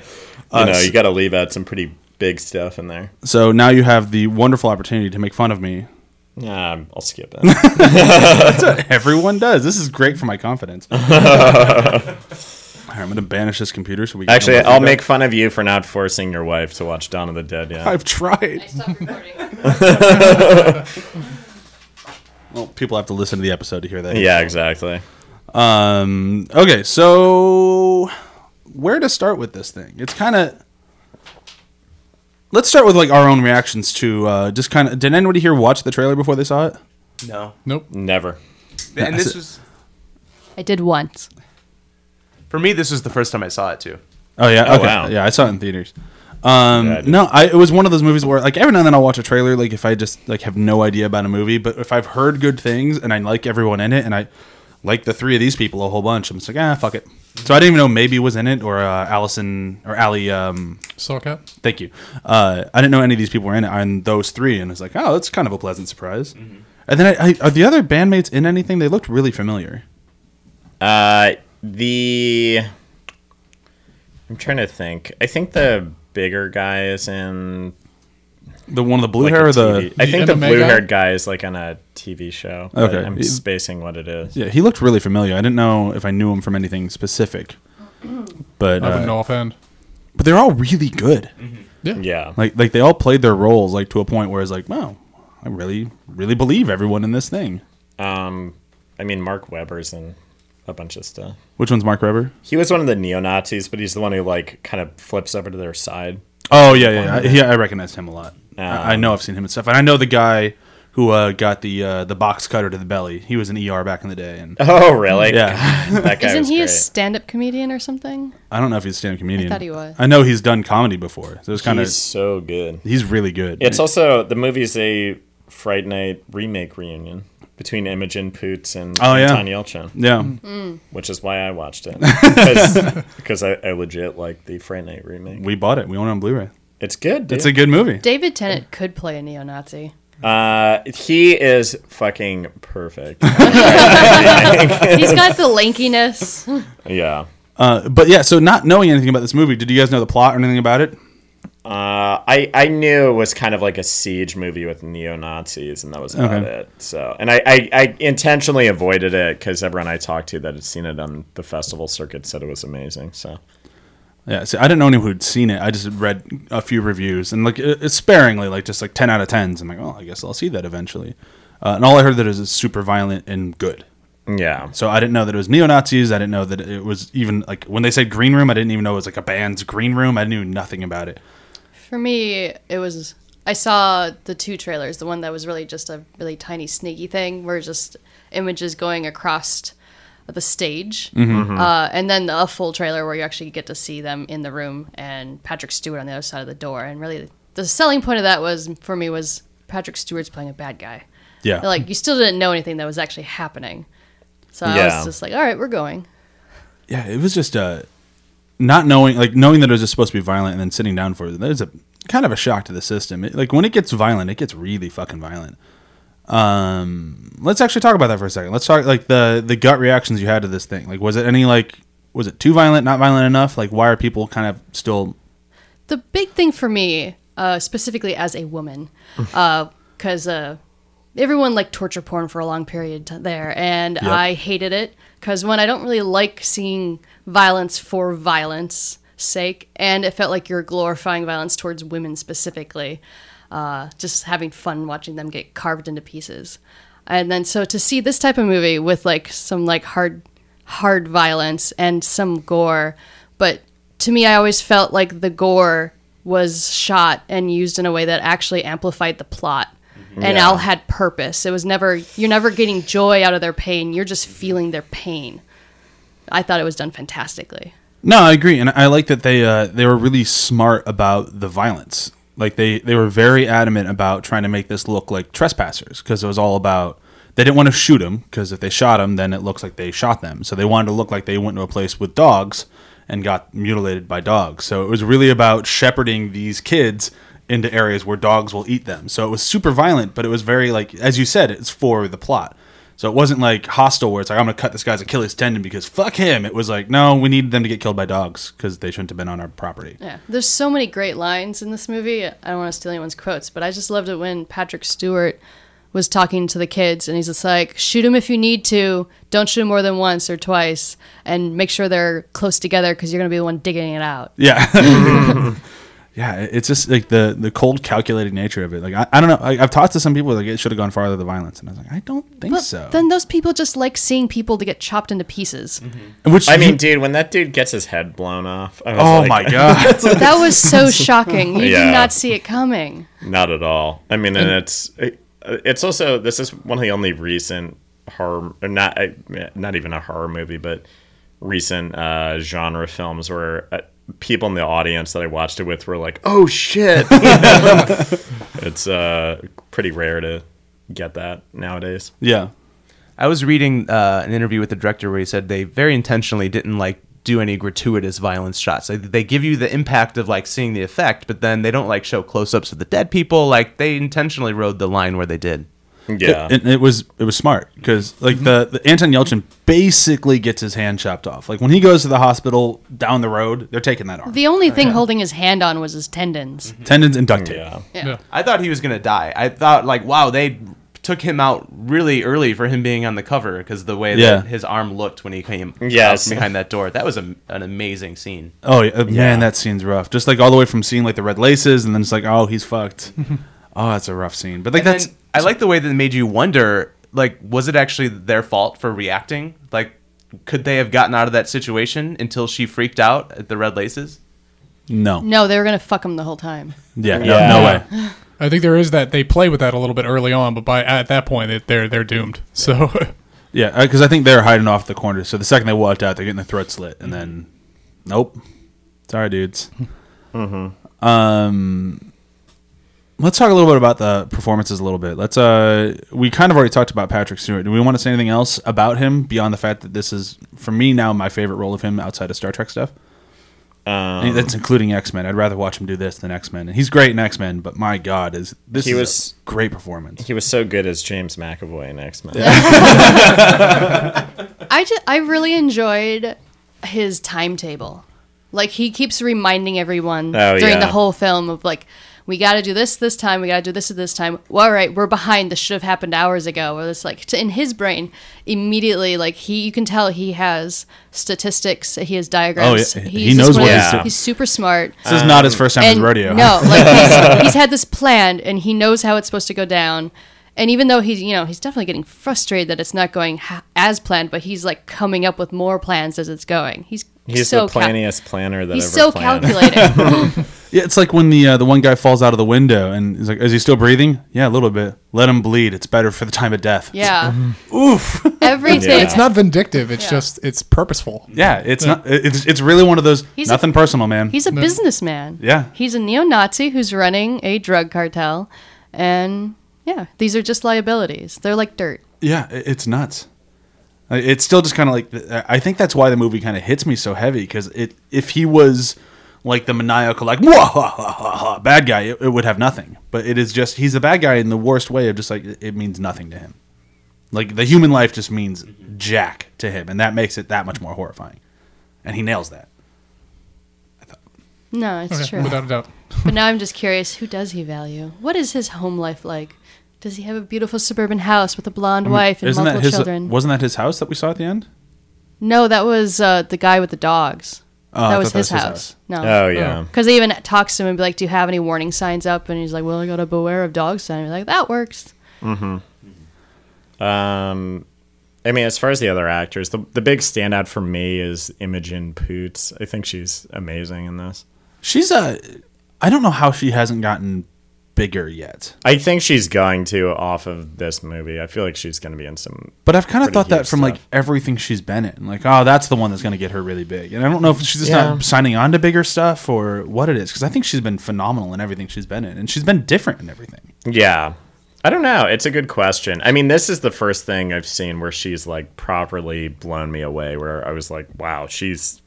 Speaker 7: you know you gotta leave out some pretty big stuff in there.
Speaker 4: So now you have the wonderful opportunity to make fun of me.
Speaker 7: Nah, I'm- I'll skip that.
Speaker 4: Everyone does. This is great for my confidence. All right, I'm going to banish this computer so we can
Speaker 7: Actually,
Speaker 4: come up
Speaker 7: I'll
Speaker 4: with
Speaker 7: make fun of you for not forcing your wife to watch Dawn of the Dead. Yeah,
Speaker 4: I've tried.
Speaker 5: Stop recording.
Speaker 4: Well, people have to listen to the episode to hear that.
Speaker 7: yeah, exactly.
Speaker 4: Um, okay, so where to start with this thing? It's kind of. Let's start with like our own reactions to uh, just kind of. Did anybody here watch the trailer before they saw it?
Speaker 8: No.
Speaker 6: nope.
Speaker 7: Never.
Speaker 8: And this was
Speaker 5: I did once.
Speaker 8: for me. This was the first time I saw it too.
Speaker 4: Oh yeah,
Speaker 7: Oh,
Speaker 4: okay,
Speaker 7: wow.
Speaker 4: yeah, I saw it in theaters. Um,
Speaker 7: Yeah, I did.
Speaker 4: no, I, it was one of those movies where like every now and then I'll watch a trailer, like if I just like have no idea about a movie, but if I've heard good things and I like everyone in it and I like the three of these people a whole bunch, I'm just like ah fuck it. So I didn't even know maybe was in it or uh, Allison or Ali. Um,
Speaker 6: Sock out.
Speaker 4: Thank you. Uh, I didn't know any of these people were in it. And those three, and I was like, oh, that's kind of a pleasant surprise.
Speaker 7: Mm-hmm.
Speaker 4: And then I, I, are the other bandmates in anything? They looked really familiar.
Speaker 7: Uh, the I'm trying to think. I think the bigger guy is in
Speaker 4: The one with the blue
Speaker 7: like,
Speaker 4: hair,
Speaker 7: a
Speaker 4: or the
Speaker 7: TV I
Speaker 6: The
Speaker 7: think the
Speaker 6: MMA guy?
Speaker 7: blue-haired guy is like on a TV show. but
Speaker 4: Okay.
Speaker 7: I'm spacing what it is.
Speaker 4: yeah, he looked really familiar. I didn't know if I knew him from anything specific, but
Speaker 6: I
Speaker 4: uh,
Speaker 6: wouldn't know offhand.
Speaker 4: but they're all really good.
Speaker 7: Mm-hmm. Yeah.
Speaker 4: Like like they all played their roles like to a point where it's like, wow, I really really believe everyone in this thing.
Speaker 7: Um, I mean, Mark Weber's in a bunch of stuff.
Speaker 4: Which one's Mark Webber?
Speaker 7: He was one of the neo Nazis, but he's the one who like kind of flips over to their side.
Speaker 4: Oh yeah, yeah, I, yeah. I recognize him a lot. I, I
Speaker 7: Um,
Speaker 4: know I've seen him and stuff, and I know the guy who uh, got the uh, the box cutter to the belly. He was an ER back in the day, and
Speaker 7: Oh, really?
Speaker 4: yeah,
Speaker 7: that guy
Speaker 5: Isn't
Speaker 7: was
Speaker 5: he
Speaker 7: great.
Speaker 5: a stand-up comedian or something?
Speaker 4: I don't know if he's a stand-up comedian.
Speaker 5: thought he was.
Speaker 4: I know he's done comedy before, so it's kind of
Speaker 7: he's
Speaker 4: he's,
Speaker 7: so good.
Speaker 4: really good.
Speaker 7: It's also the movie's a Fright Night remake reunion between Imogen Poots and
Speaker 4: Oh, yeah.
Speaker 7: Tanya Yelchin,
Speaker 4: yeah,
Speaker 7: which is why I watched it because, because I, I legit like the Fright Night remake.
Speaker 4: we bought it. We own it on Blu-ray.
Speaker 7: It's good. Dude.
Speaker 4: It's a good movie.
Speaker 5: David Tennant could play a neo-Nazi.
Speaker 7: uh, he is fucking perfect.
Speaker 5: He's got the lankiness.
Speaker 7: yeah.
Speaker 4: Uh, but yeah, so not knowing anything about this movie, did you guys know the plot or anything about it?
Speaker 7: Uh, I I knew it was kind of like a siege movie with neo Nazis, and that was about
Speaker 4: Okay.
Speaker 7: it. So, and I, I, I intentionally avoided it because everyone I talked to that had seen it on the festival circuit said it was amazing. So,
Speaker 4: Yeah, see, I didn't know anyone who'd seen it. I just had read a few reviews and like it, it's sparingly, like just like ten out of tens. I'm like, well, I guess I'll see that eventually. Uh, and all I heard that is it's super violent and good.
Speaker 7: yeah,
Speaker 4: So I didn't know that it was neo Nazis. I didn't know that it was even like when they said green room. I didn't even know it was like a band's green room. I knew nothing about it.
Speaker 5: For me, it was. I saw the two trailers. The one that was really just a really tiny, sneaky thing, where just images going across the stage, uh, and then a full trailer where you actually get to see them in the room and Patrick Stewart on the other side of the door. And really, the selling point of that was for me was Patrick Stewart's playing a bad guy.
Speaker 4: Yeah,
Speaker 5: Like you still didn't know anything that was actually happening, so I
Speaker 7: Yeah.
Speaker 5: was just like, "All right, we're going."
Speaker 4: yeah. It was just uh, not knowing, like knowing that it was just supposed to be violent, and then sitting down for it. There's a kind of a shock to the system. It, like when it gets violent, it gets really fucking violent. Um, let's actually talk about that for a second. Let's talk like the the gut reactions you had to this thing. Like, was it any like was it too violent? Not violent enough? Like, why are people kind of still?
Speaker 5: the big thing for me, uh, specifically as a woman, because uh, everyone liked torture porn for a long period t- there, and I hated it because one, I don't really like seeing violence for violence sake, and it felt like you're glorifying violence towards women specifically, uh, just having fun watching them get carved into pieces. And then so to see this type of movie with like some like hard hard violence and some gore, but to me, I always felt like the gore was shot and used in a way that actually amplified the plot and all had purpose. It was never, you're never getting joy out of their pain, you're just feeling their pain. I thought it was done fantastically.
Speaker 4: No, I agree, and I like that they uh, they were really smart about the violence. Like they they were very adamant about trying to make this look like trespassers because it was all about they didn't want to shoot them because if they shot them, then it looks like they shot them. So they wanted to look like they went to a place with dogs and got mutilated by dogs. So it was really about shepherding these kids into areas where dogs will eat them. So it was super violent, but it was very like as you said, it's for the plot. So it wasn't like hostile where it's like I'm going to cut this guy's Achilles tendon because fuck him. It was like no, we needed them to get killed by dogs because they shouldn't have been on our property.
Speaker 5: Yeah. There's so many great lines in this movie. I don't want to steal anyone's quotes, but I just loved it when Patrick Stewart was talking to the kids and he's just like, shoot them if you need to. Don't shoot 'em more than once or twice and make sure they're close together because you're going to be the one digging it out.
Speaker 4: Yeah. yeah, it- it's just like the the cold calculated nature of it. Like I, I don't know, I, I've talked to some people like it should have gone farther the violence and I was like I don't think
Speaker 5: But
Speaker 4: so.
Speaker 5: then those people just like seeing people to get chopped into pieces.
Speaker 4: Which
Speaker 7: I mean,
Speaker 4: you-
Speaker 7: dude, when that dude gets his head blown off, I was
Speaker 4: oh
Speaker 7: like,
Speaker 4: my god.
Speaker 5: That was so shocking. You
Speaker 7: Yeah.
Speaker 5: did not see it coming.
Speaker 7: Not at all. I mean, and it's it- it's also this is one of the only recent horror, or not I- not even a horror movie, but recent uh, genre films where uh, people in the audience that I watched it with were like, "Oh shit!" it's uh, pretty rare to get that nowadays.
Speaker 4: yeah.
Speaker 8: I was reading uh, an interview with the director where he said they very intentionally didn't like do any gratuitous violence shots. Like, they give you the impact of like seeing the effect, but then they don't like show close-ups of the dead people. Like they intentionally rode the line where they did.
Speaker 7: Yeah,
Speaker 4: and it was it was smart because like the, the Anton Yelchin basically gets his hand chopped off. Like when he goes to the hospital down the road, they're taking that arm,
Speaker 5: The only thing holding his hand on was his tendons.
Speaker 4: tendons and duct tape.
Speaker 7: yeah.
Speaker 8: I thought he was gonna die. I thought like, wow, they took him out really early for him being on the cover because the way
Speaker 4: Yeah.
Speaker 8: that his arm looked when he came
Speaker 7: Yes.
Speaker 8: out behind that door. That was a, an amazing scene.
Speaker 4: Oh yeah, uh, man, that scene's rough. Just like all the way from seeing like the red laces, and then it's like, oh, he's fucked. oh, that's a rough scene. But like
Speaker 8: And
Speaker 4: that's
Speaker 8: I like the way that it made you wonder. Like, was it actually their fault for reacting? Like, could they have gotten out of that situation until she freaked out at the red laces?
Speaker 4: no,
Speaker 5: No, they were going to fuck him the whole time.
Speaker 4: yeah, no,
Speaker 7: Yeah.
Speaker 4: no way.
Speaker 6: I think there is that they play with that a little bit early on, but by at that point it, they're they're doomed. So
Speaker 4: Yeah, because I think they're hiding off the corners. So the second they walked out, they're getting their throat slit, and then nope, sorry, dudes. Mm-hmm. Um, let's talk a little bit about the performances a little bit. Let's uh, we kind of already talked about Patrick Stewart. Do we want to say anything else about him beyond the fact that this is for me now my favorite role of him outside of Star Trek stuff?
Speaker 7: Um,
Speaker 4: And that's including X Men. I'd rather watch him do this than X Men. And he's great in X Men, but my God, is this
Speaker 7: He
Speaker 4: is a
Speaker 7: was-
Speaker 4: great performance?
Speaker 7: He was so good as James McAvoy in X Men.
Speaker 5: I just, I really enjoyed his timetable. Like he keeps reminding everyone
Speaker 7: Oh,
Speaker 5: during
Speaker 7: yeah.
Speaker 5: the whole film of like we got to do this this time, we got to do this at this time. Well, all right, we're behind. This should have happened hours ago. Or it's like to, in his brain immediately like he you can tell he has statistics, he has diagrams.
Speaker 4: yeah.
Speaker 5: He's
Speaker 4: He
Speaker 5: just
Speaker 4: knows what
Speaker 5: one of those-
Speaker 7: he's doing.
Speaker 5: He's super smart.
Speaker 4: This
Speaker 7: Um,
Speaker 4: is not his first time in rodeo.
Speaker 5: No, like he's, he's had this planned and he knows how it's supposed to go down. And even though he's, you know, he's definitely getting frustrated that it's not going ha- as planned, but he's like coming up with more plans as it's going. He's
Speaker 7: He's
Speaker 5: so
Speaker 7: the
Speaker 5: cal-
Speaker 7: planniest planner that
Speaker 5: He's so
Speaker 7: ever planned.
Speaker 5: calculating.
Speaker 4: Yeah, it's like when the uh, the one guy falls out of the window and he's like, "Is he still breathing?" Yeah, a little bit. Let him bleed. It's better for the time of death.
Speaker 5: yeah. Oof. Everything.
Speaker 7: Yeah.
Speaker 6: it's not vindictive. It's
Speaker 5: Yeah.
Speaker 6: just it's purposeful.
Speaker 4: Yeah, it's not. It's it's really one of those
Speaker 5: He's a-
Speaker 4: nothing personal, man.
Speaker 5: He's a businessman.
Speaker 4: Yeah.
Speaker 5: He's a neo-Nazi who's running a drug cartel, and yeah, these are just liabilities. They're like dirt.
Speaker 4: yeah, i- it's nuts. I- It's still just kind of like th- I think that's why the movie kind of hits me so heavy because it if he was like the maniacal like "Mwah, ha, ha, ha, ha," bad guy, it, it would have nothing. But it is just he's a bad guy in the worst way of just like it it means nothing to him. Like the human life just means jack to him, and that makes it that much more horrifying. And he nails that.
Speaker 5: No, it's true.
Speaker 6: without a doubt.
Speaker 5: But now I'm just curious, who does he value? What is his home life like? Does he have a beautiful suburban house with a blonde wife and
Speaker 4: Isn't
Speaker 5: multiple
Speaker 4: that his? uh,
Speaker 5: children?
Speaker 4: Wasn't that his house that we saw at the end?
Speaker 5: no, that was uh, the guy with the dogs.
Speaker 4: Oh, I
Speaker 5: that
Speaker 4: thought
Speaker 5: was
Speaker 4: that
Speaker 5: his,
Speaker 4: was his
Speaker 5: house.
Speaker 4: house.
Speaker 5: No.
Speaker 7: Oh yeah.
Speaker 5: Because they even talks to him and be like, "Do you have any warning signs up?" And he's like, "Well, I got a beware of dog sign." We're like, "That works."
Speaker 7: Um, I mean, as far as the other actors, the, the big standout for me is Imogen Poots. I think she's amazing in this.
Speaker 4: She's a. I don't know how she hasn't gotten bigger yet,
Speaker 7: I think she's going to off of this movie. I feel like she's going to be in some.
Speaker 4: but I've kind of
Speaker 7: Pretty
Speaker 4: thought that
Speaker 7: huge
Speaker 4: from like
Speaker 7: stuff.
Speaker 4: everything she's been in. Like, oh, that's the one that's going to get her really big. And I don't know if she's just
Speaker 7: Yeah.
Speaker 4: not signing on to bigger stuff or what it is, because I think she's been phenomenal in everything she's been in, and she's been different in everything.
Speaker 7: Yeah. I don't know. It's a good question. I mean, this is the first thing I've seen where she's like properly blown me away, where I was like, wow, she's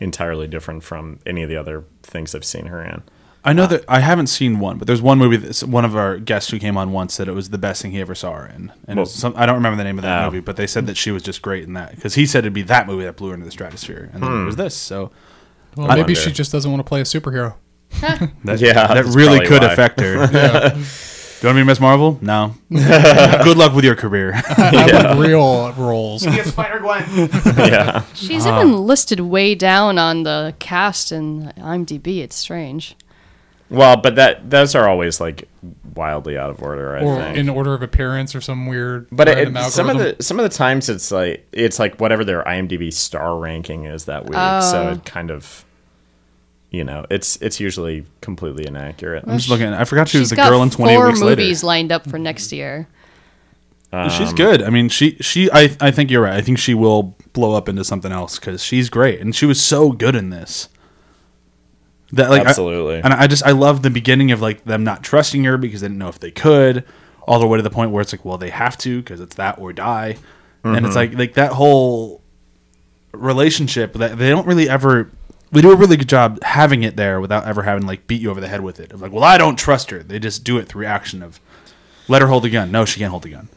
Speaker 7: entirely different from any of the other things I've seen her in.
Speaker 4: I know that I haven't seen one, but there's one movie that one of our guests who came on once said it was the best thing he ever saw her in, and it was some, I don't remember the name of that
Speaker 7: Oh.
Speaker 4: movie, but they said that she was just great in that because he said it'd be that movie that blew her into the stratosphere, and then it was
Speaker 7: Hmm.
Speaker 4: this. So
Speaker 6: Well,
Speaker 4: I
Speaker 6: maybe
Speaker 7: wonder.
Speaker 6: she just doesn't want to play a superhero.
Speaker 4: that,
Speaker 7: Yeah,
Speaker 4: that
Speaker 7: that's
Speaker 4: really
Speaker 7: probably
Speaker 4: could
Speaker 7: why.
Speaker 4: affect her. Do you want to be Miss Marvel? No. Good luck with your career.
Speaker 6: I want real roles.
Speaker 7: yeah.
Speaker 5: She's
Speaker 4: Ah.
Speaker 5: even listed way down on the cast in IMDb. It's strange.
Speaker 7: Well, but that those are always like wildly out of order. I
Speaker 6: or
Speaker 7: think.
Speaker 6: in order of appearance or some weird.
Speaker 7: but it,
Speaker 6: random
Speaker 7: some of
Speaker 6: algorithm.
Speaker 7: the some of the times it's like it's like whatever their IMDb star ranking is that week,
Speaker 5: Oh.
Speaker 7: so it kind of, you know, it's it's usually completely inaccurate.
Speaker 4: I'm just looking. I forgot she was
Speaker 5: She's
Speaker 4: the
Speaker 5: got
Speaker 4: girl in 28
Speaker 5: four
Speaker 4: Weeks
Speaker 5: movies
Speaker 4: Later.
Speaker 5: lined up for next year.
Speaker 4: she's good. I mean, she she I I think you're right. I think she will blow up into something else because she's great, and she was so good in this. That like I-
Speaker 7: Absolutely.
Speaker 4: and I just I love the beginning of like them not trusting her because they didn't know if they could, all the way to the point where it's like, well, they have to because it's that or die, and it's like like that whole relationship that they don't really ever. They do a really good job having it there without ever having like beat you over the head with it. Of like, well, I don't trust her. They just do it through action of, let her hold the gun. No, she can't hold the gun.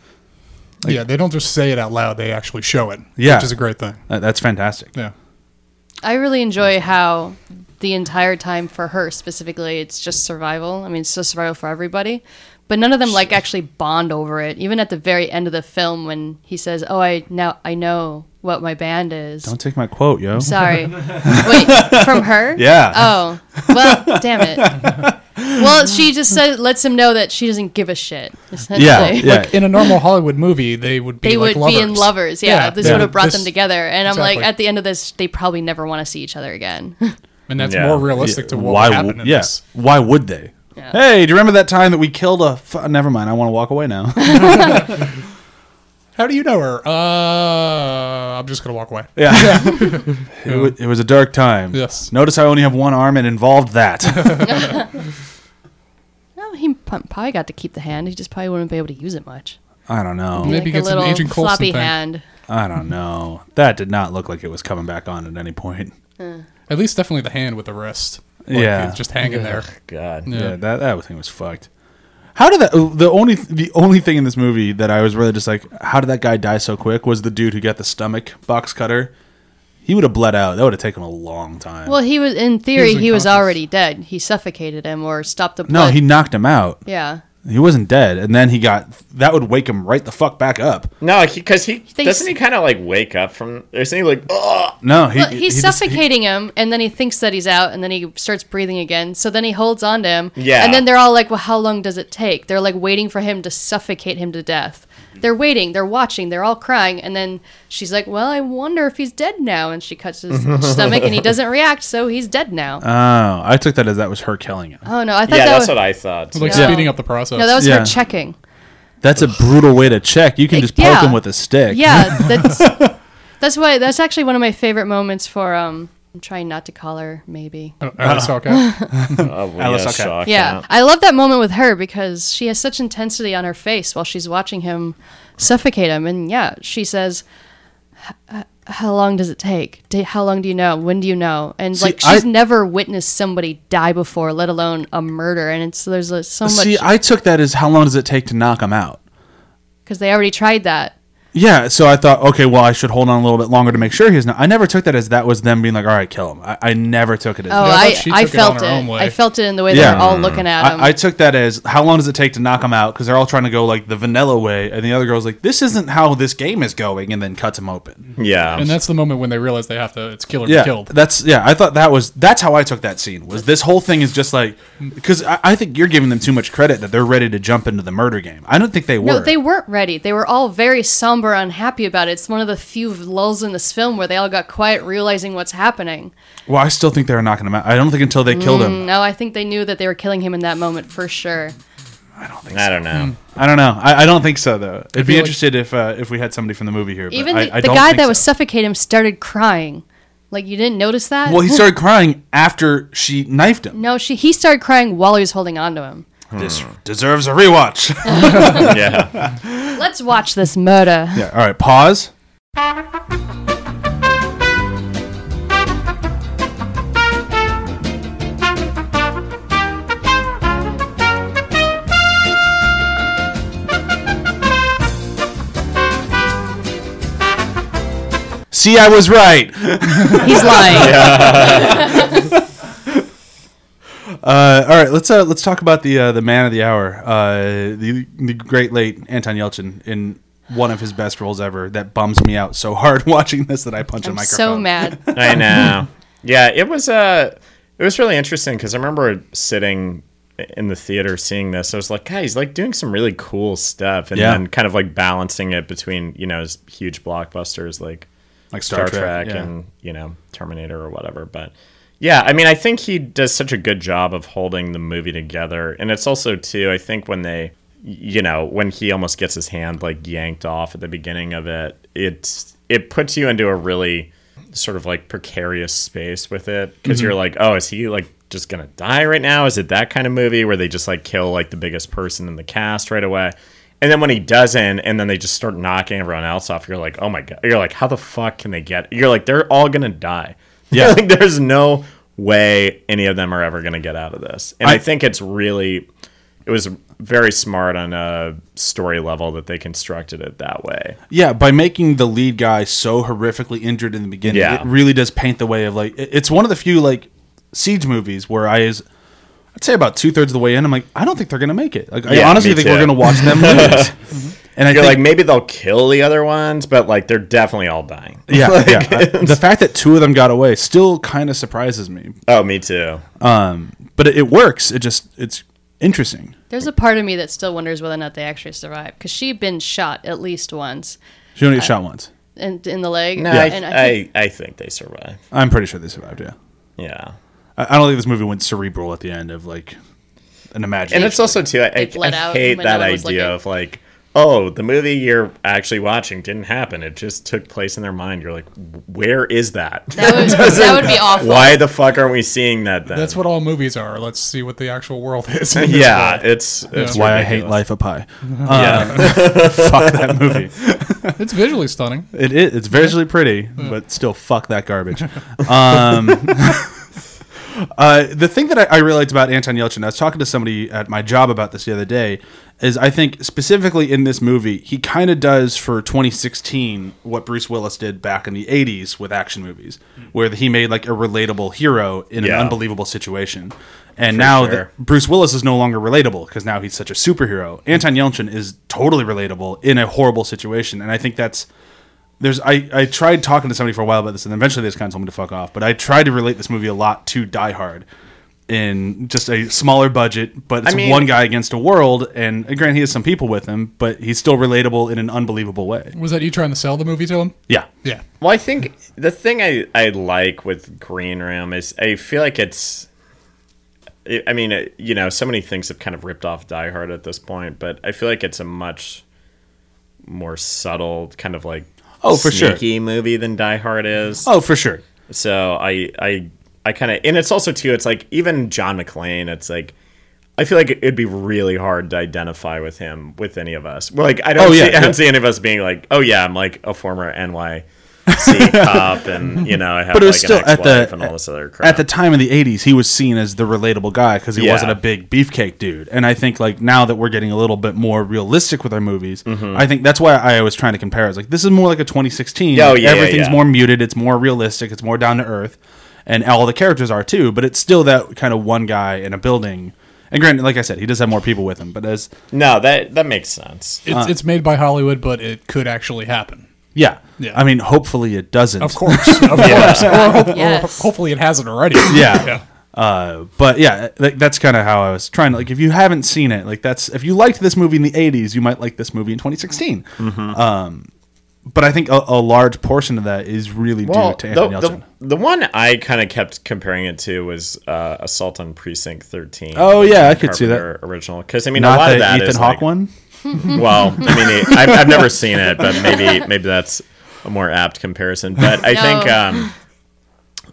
Speaker 6: yeah, they don't just say it out loud; they actually show it.
Speaker 4: Yeah.
Speaker 6: which is a great thing.
Speaker 4: Uh, that's fantastic.
Speaker 6: Yeah,
Speaker 5: I really enjoy how the entire time for her specifically, it's just survival. I mean, it's just survival for everybody, but none of them like actually bond over it. Even at the very end of the film, when he says, "Oh, I now I know what my band is."
Speaker 4: Don't take my quote, yo.
Speaker 5: Sorry, wait, from her?
Speaker 4: Yeah.
Speaker 5: Oh, well, damn it. Well, she just says, lets him know that she doesn't give a shit. Essentially.
Speaker 4: yeah, yeah.
Speaker 6: in a normal Hollywood movie, they would be
Speaker 5: They
Speaker 6: like
Speaker 5: would
Speaker 6: lovers.
Speaker 5: be in lovers. Yeah, this would have brought them
Speaker 6: This-
Speaker 5: together. And I'm
Speaker 6: Exactly.
Speaker 5: like, at the end of this, they probably never want to see each other again.
Speaker 6: and that's
Speaker 7: Yeah.
Speaker 6: more realistic to what
Speaker 4: why?
Speaker 6: would
Speaker 4: w-
Speaker 6: happen in
Speaker 4: yeah.
Speaker 6: this.
Speaker 4: Why would they?
Speaker 5: Yeah.
Speaker 4: Hey, do you remember that time that we killed a? F- Never mind. I want to walk away now.
Speaker 6: How do you know her? Uh, I'm just gonna walk away.
Speaker 4: yeah. it, wa- it was a dark time.
Speaker 6: Yes.
Speaker 4: Notice I only have one arm and involved that.
Speaker 5: no, he p- probably got to keep the hand. He just probably wouldn't be able to use it much.
Speaker 4: I don't know.
Speaker 6: Maybe
Speaker 5: Like
Speaker 6: he gets
Speaker 5: a
Speaker 6: an
Speaker 5: little
Speaker 6: Agent Coulson
Speaker 5: floppy
Speaker 6: thing.
Speaker 5: hand.
Speaker 4: I don't know. That did not look like it was coming back on at any point.
Speaker 6: At least, definitely the hand with the wrist. Like,
Speaker 4: Yeah.
Speaker 6: it's just hanging there.
Speaker 7: God.
Speaker 4: Yeah. that that thing was fucked. How did that? oh, The only the only thing in this movie that I was really just like, how did that guy die so quick? Was the dude who got the stomach box cutter? He would have bled out. That would have taken him a long time.
Speaker 5: Well, he was in theory he was,
Speaker 6: unconscious.
Speaker 5: already dead. He suffocated him or stopped the
Speaker 4: no,
Speaker 5: blood.
Speaker 4: he knocked him out.
Speaker 5: yeah.
Speaker 4: He wasn't dead, and then he got that would wake him right the fuck back up.
Speaker 7: No, because he,
Speaker 5: thinks-
Speaker 7: doesn't he kind of like wake up from? Isn't he like? Ugh.
Speaker 4: No, he,
Speaker 5: Well,
Speaker 4: he-
Speaker 5: he's
Speaker 4: he just- he-
Speaker 5: suffocating him, and then he thinks that he's out, and then he starts breathing again. So then he holds on to him.
Speaker 7: Yeah.
Speaker 5: And then they're all like, well, how long does it take? They're like waiting for him to suffocate him to death. They're waiting, they're watching, they're all crying. And then she's like, well, I wonder if he's dead now. And she cuts his stomach, and he doesn't react, so he's dead now.
Speaker 4: oh, I took that as that was her killing him.
Speaker 5: oh, no. I thought
Speaker 7: Uh, Yeah,
Speaker 5: that
Speaker 7: that's
Speaker 5: was.
Speaker 7: what I thought.
Speaker 6: It's like
Speaker 5: Yeah.
Speaker 6: speeding up the process.
Speaker 5: no, that was
Speaker 4: Yeah.
Speaker 5: her checking.
Speaker 4: That's a brutal way to check. You can just poke
Speaker 5: Yeah.
Speaker 4: him with a stick.
Speaker 5: Yeah, that's that's why that's actually one of my favorite moments for um I'm trying not to call her maybe.
Speaker 6: I don't- I just saw it go.
Speaker 7: Oh, yeah,
Speaker 4: Alice, okay.
Speaker 7: shock,
Speaker 5: Yeah. I love that moment with her because she has such intensity on her face while she's watching him suffocate him and yeah, she says "H- h- how long does it take? Do- How long do you know? When do you know? And like
Speaker 4: I-
Speaker 5: she's never witnessed somebody die before, let alone a murder. And it's there's uh, so
Speaker 4: See,
Speaker 5: much
Speaker 4: I took that as how long does it take to knock him out?
Speaker 5: because they already tried that.
Speaker 4: Yeah, so I thought, okay, well, I should hold on a little bit longer to make sure he's not. I never took that as that was them being like, all right, kill him. I, I never took it as.
Speaker 5: Oh,
Speaker 6: I
Speaker 5: I,
Speaker 6: thought she
Speaker 5: I,
Speaker 6: took it on
Speaker 5: felt
Speaker 6: her
Speaker 5: it.
Speaker 6: own way.
Speaker 5: I felt it in the way
Speaker 4: Yeah.
Speaker 5: they're all looking at him.
Speaker 4: I, I took that as how long does it take to knock him out because they're all trying to go like the vanilla way, and the other girl's like, this isn't how this game is going, and then cuts him open.
Speaker 7: Yeah.
Speaker 6: and that's the moment when they realize they have to. It's kill or be
Speaker 4: Yeah,
Speaker 6: killed.
Speaker 4: that's yeah. I thought that was that's how I took that scene. Was this whole thing is just like
Speaker 6: Mm.
Speaker 4: because I, I think you're giving them too much credit that they're ready to jump into the murder game. I don't think they were.
Speaker 5: No, they weren't ready. They were all very somber, unhappy about it. It's one of the few lulls in this film where they all got quiet, realizing what's happening.
Speaker 4: Well, I still think they were knocking him out. I don't think until they killed him.
Speaker 5: No, I think they knew that they were killing him in that moment for sure.
Speaker 7: I don't know.
Speaker 4: I don't know. I, I don't think so though. I'd be
Speaker 6: feel like-
Speaker 4: interested if uh, if we had somebody from the movie here. But
Speaker 5: Even
Speaker 4: I,
Speaker 5: the,
Speaker 4: I
Speaker 5: the
Speaker 4: don't
Speaker 5: guy
Speaker 4: think
Speaker 5: that was
Speaker 4: so.
Speaker 5: suffocating him started crying. Like you didn't notice that?
Speaker 4: well, he started crying after she knifed him.
Speaker 5: no, she he started crying while he was holding on to him.
Speaker 4: This deserves a rewatch.
Speaker 7: yeah.
Speaker 5: Let's watch this murder.
Speaker 4: yeah. All right. Pause. See, I was right.
Speaker 5: He's lying.
Speaker 4: Uh, all right, let's uh, let's talk about the uh, the man of the hour, uh, the the great late Anton Yelchin in one of his best roles ever. That bums me out so hard watching this that I punch a
Speaker 5: I'm
Speaker 4: microphone.
Speaker 5: so mad.
Speaker 7: I know. Yeah, it was uh it was really interesting because I remember sitting in the theater seeing this. I was like, guys, like doing some really cool stuff, and
Speaker 4: Yeah.
Speaker 7: then kind of like balancing it between you know his huge blockbusters like
Speaker 4: like
Speaker 7: Star, Trek,
Speaker 4: yeah.
Speaker 7: and you know Terminator or whatever. But yeah, I mean, I think he does such a good job of holding the movie together, and it's also too. I think when they, you know, when he almost gets his hand like yanked off at the beginning of it, it's it puts you into a really sort of like precarious space with it because you're like, oh, is he like just gonna die right now? Is it that kind of movie where they just like kill like the biggest person in the cast right away? And then when he doesn't, and then they just start knocking everyone else off, you're like, oh my god, you're like, how the fuck can they get? You're like, they're all gonna die.
Speaker 4: Yeah.
Speaker 7: like there's no way any of them are ever gonna get out of this. And I,
Speaker 4: I-
Speaker 7: think it's really, it was very smart on a story level that they constructed it that way.
Speaker 4: Yeah, by making the lead guy so horrifically injured in the beginning,
Speaker 7: Yeah.
Speaker 4: it really does paint the way of like it- it's one of the few like siege movies where I is I'd say about two thirds of the way in, I'm like, I don't think they're gonna make it. Like I
Speaker 7: Yeah,
Speaker 4: honestly
Speaker 7: me
Speaker 4: think
Speaker 7: too.
Speaker 4: we're gonna watch them lose. And I
Speaker 7: You're
Speaker 4: think,
Speaker 7: like, maybe they'll kill the other ones, but like they're definitely all dying.
Speaker 4: yeah, yeah. I- the fact that two of them got away still kind of surprises me.
Speaker 7: Oh, me too.
Speaker 4: But it, it works. It just it's interesting.
Speaker 5: There's a part of me that still wonders whether or not they actually survived because she'd been shot at least once
Speaker 4: She only got shot once.
Speaker 5: and in the leg.
Speaker 7: No, I,
Speaker 5: and
Speaker 7: I,
Speaker 5: think-
Speaker 7: I, think they survive.
Speaker 4: I'm pretty sure they survived. Yeah,
Speaker 7: Yeah.
Speaker 4: I, I don't think this movie went cerebral at the end of like an imagination.
Speaker 7: And it's also too. I, I,
Speaker 5: bled
Speaker 7: I
Speaker 5: out
Speaker 7: hate
Speaker 5: when no
Speaker 7: that
Speaker 5: one was
Speaker 7: idea
Speaker 5: looking.
Speaker 7: of like, oh, the movie you're actually watching didn't happen. It just took place in their mind. You're like, where is that?
Speaker 5: that, would, that would be awful.
Speaker 7: Why the fuck aren't we seeing that then?
Speaker 6: That's what all movies are. Let's see what the actual world is.
Speaker 7: Yeah, it's it's
Speaker 6: That's
Speaker 4: why I hate
Speaker 7: ridiculous.
Speaker 4: Life of Pi.
Speaker 7: Yeah,
Speaker 4: Fuck that movie.
Speaker 6: it's visually stunning.
Speaker 4: It is. It's visually pretty, but still, fuck that garbage. Um, uh, the thing that I, I realized about Anton Yelchin, I was talking to somebody at my job about this the other day, is I think specifically in this movie, he kind of does for 2016 what Bruce Willis did back in the 80s with action movies, where he made like a relatable hero in
Speaker 7: Yeah.
Speaker 4: an unbelievable situation. And now
Speaker 7: sure.
Speaker 4: that Bruce Willis is no longer relatable because now he's such a superhero. Anton Yelchin is totally relatable in a horrible situation, and I think that's there's I, I tried talking to somebody for a while about this, and then eventually they just kind of told me to fuck off. But I tried to relate this movie a lot to Die Hard, in just a smaller budget, but it's
Speaker 7: mean-
Speaker 4: one guy against a world. And granted, he has some people with him, but he's still relatable in an unbelievable way.
Speaker 6: Was that you trying to sell the movie to him?
Speaker 4: Yeah,
Speaker 6: Yeah.
Speaker 7: Well, I think the thing I, I like with Green Room is I feel like it's. I- I mean, it- you know, so many things have kind of ripped off Die Hard at this point, but I feel like it's a much more subtle kind of like
Speaker 4: Oh, for sure.
Speaker 7: sneaky movie than Die Hard is.
Speaker 4: Oh, for sure.
Speaker 7: So I I I kind of and it's also too. It's like even John McClane. It's like I feel like it'd be really hard to identify with him with any of us. Well, like I don't
Speaker 4: Oh, yeah.
Speaker 7: see, I don't see any of us being like, oh yeah, I'm like a former NYC cop, and you know I have
Speaker 4: But it was
Speaker 7: like
Speaker 4: still
Speaker 7: an
Speaker 4: at
Speaker 7: ex-wife
Speaker 4: the
Speaker 7: and all this other crap.
Speaker 4: at the time in the '80s, he was seen as the relatable guy because he
Speaker 7: Yeah.
Speaker 4: wasn't a big beefcake dude. And I think like now that we're getting a little bit more realistic with our movies,
Speaker 7: Mm-hmm.
Speaker 4: I think that's why I was trying to compare. It's like this is more like a 2016.
Speaker 7: Oh,
Speaker 4: Like,
Speaker 7: yeah, yeah,
Speaker 4: everything's
Speaker 7: yeah.
Speaker 4: more muted. It's more realistic. It's more down to earth, and all the characters are too. But it's still that kind of one guy in a building. And granted, like I said, he does have more people with him, but as
Speaker 7: no, that that makes sense.
Speaker 6: It's, it's made by Hollywood, but it could actually happen.
Speaker 4: yeah,
Speaker 6: Yeah.
Speaker 4: I mean, hopefully it doesn't.
Speaker 6: Of course. Of course. Or, hope- or
Speaker 5: Yes.
Speaker 6: hopefully it hasn't already.
Speaker 4: Yeah. Uh, but yeah, like, that's kind of how I was trying to like. If you haven't seen it, like that's if you liked this movie in the '80s, you might like this movie in 2016. Um, but I think a, a large portion of that is really
Speaker 7: Well,
Speaker 4: due to Anthony
Speaker 7: the,
Speaker 4: Yelchin.
Speaker 7: the, the one I kind of kept comparing it to was uh, Assault on Precinct 13.
Speaker 4: Oh, yeah, I could see that.
Speaker 7: Carpenter Original. Because, I mean, a
Speaker 4: Not
Speaker 7: lot
Speaker 4: the
Speaker 7: of that
Speaker 4: Ethan
Speaker 7: is,
Speaker 4: Hawke
Speaker 7: like,
Speaker 4: one.
Speaker 7: Well, I mean, it, I've, I've never seen it, but maybe maybe that's a more apt comparison. But I think,
Speaker 5: No.
Speaker 7: um,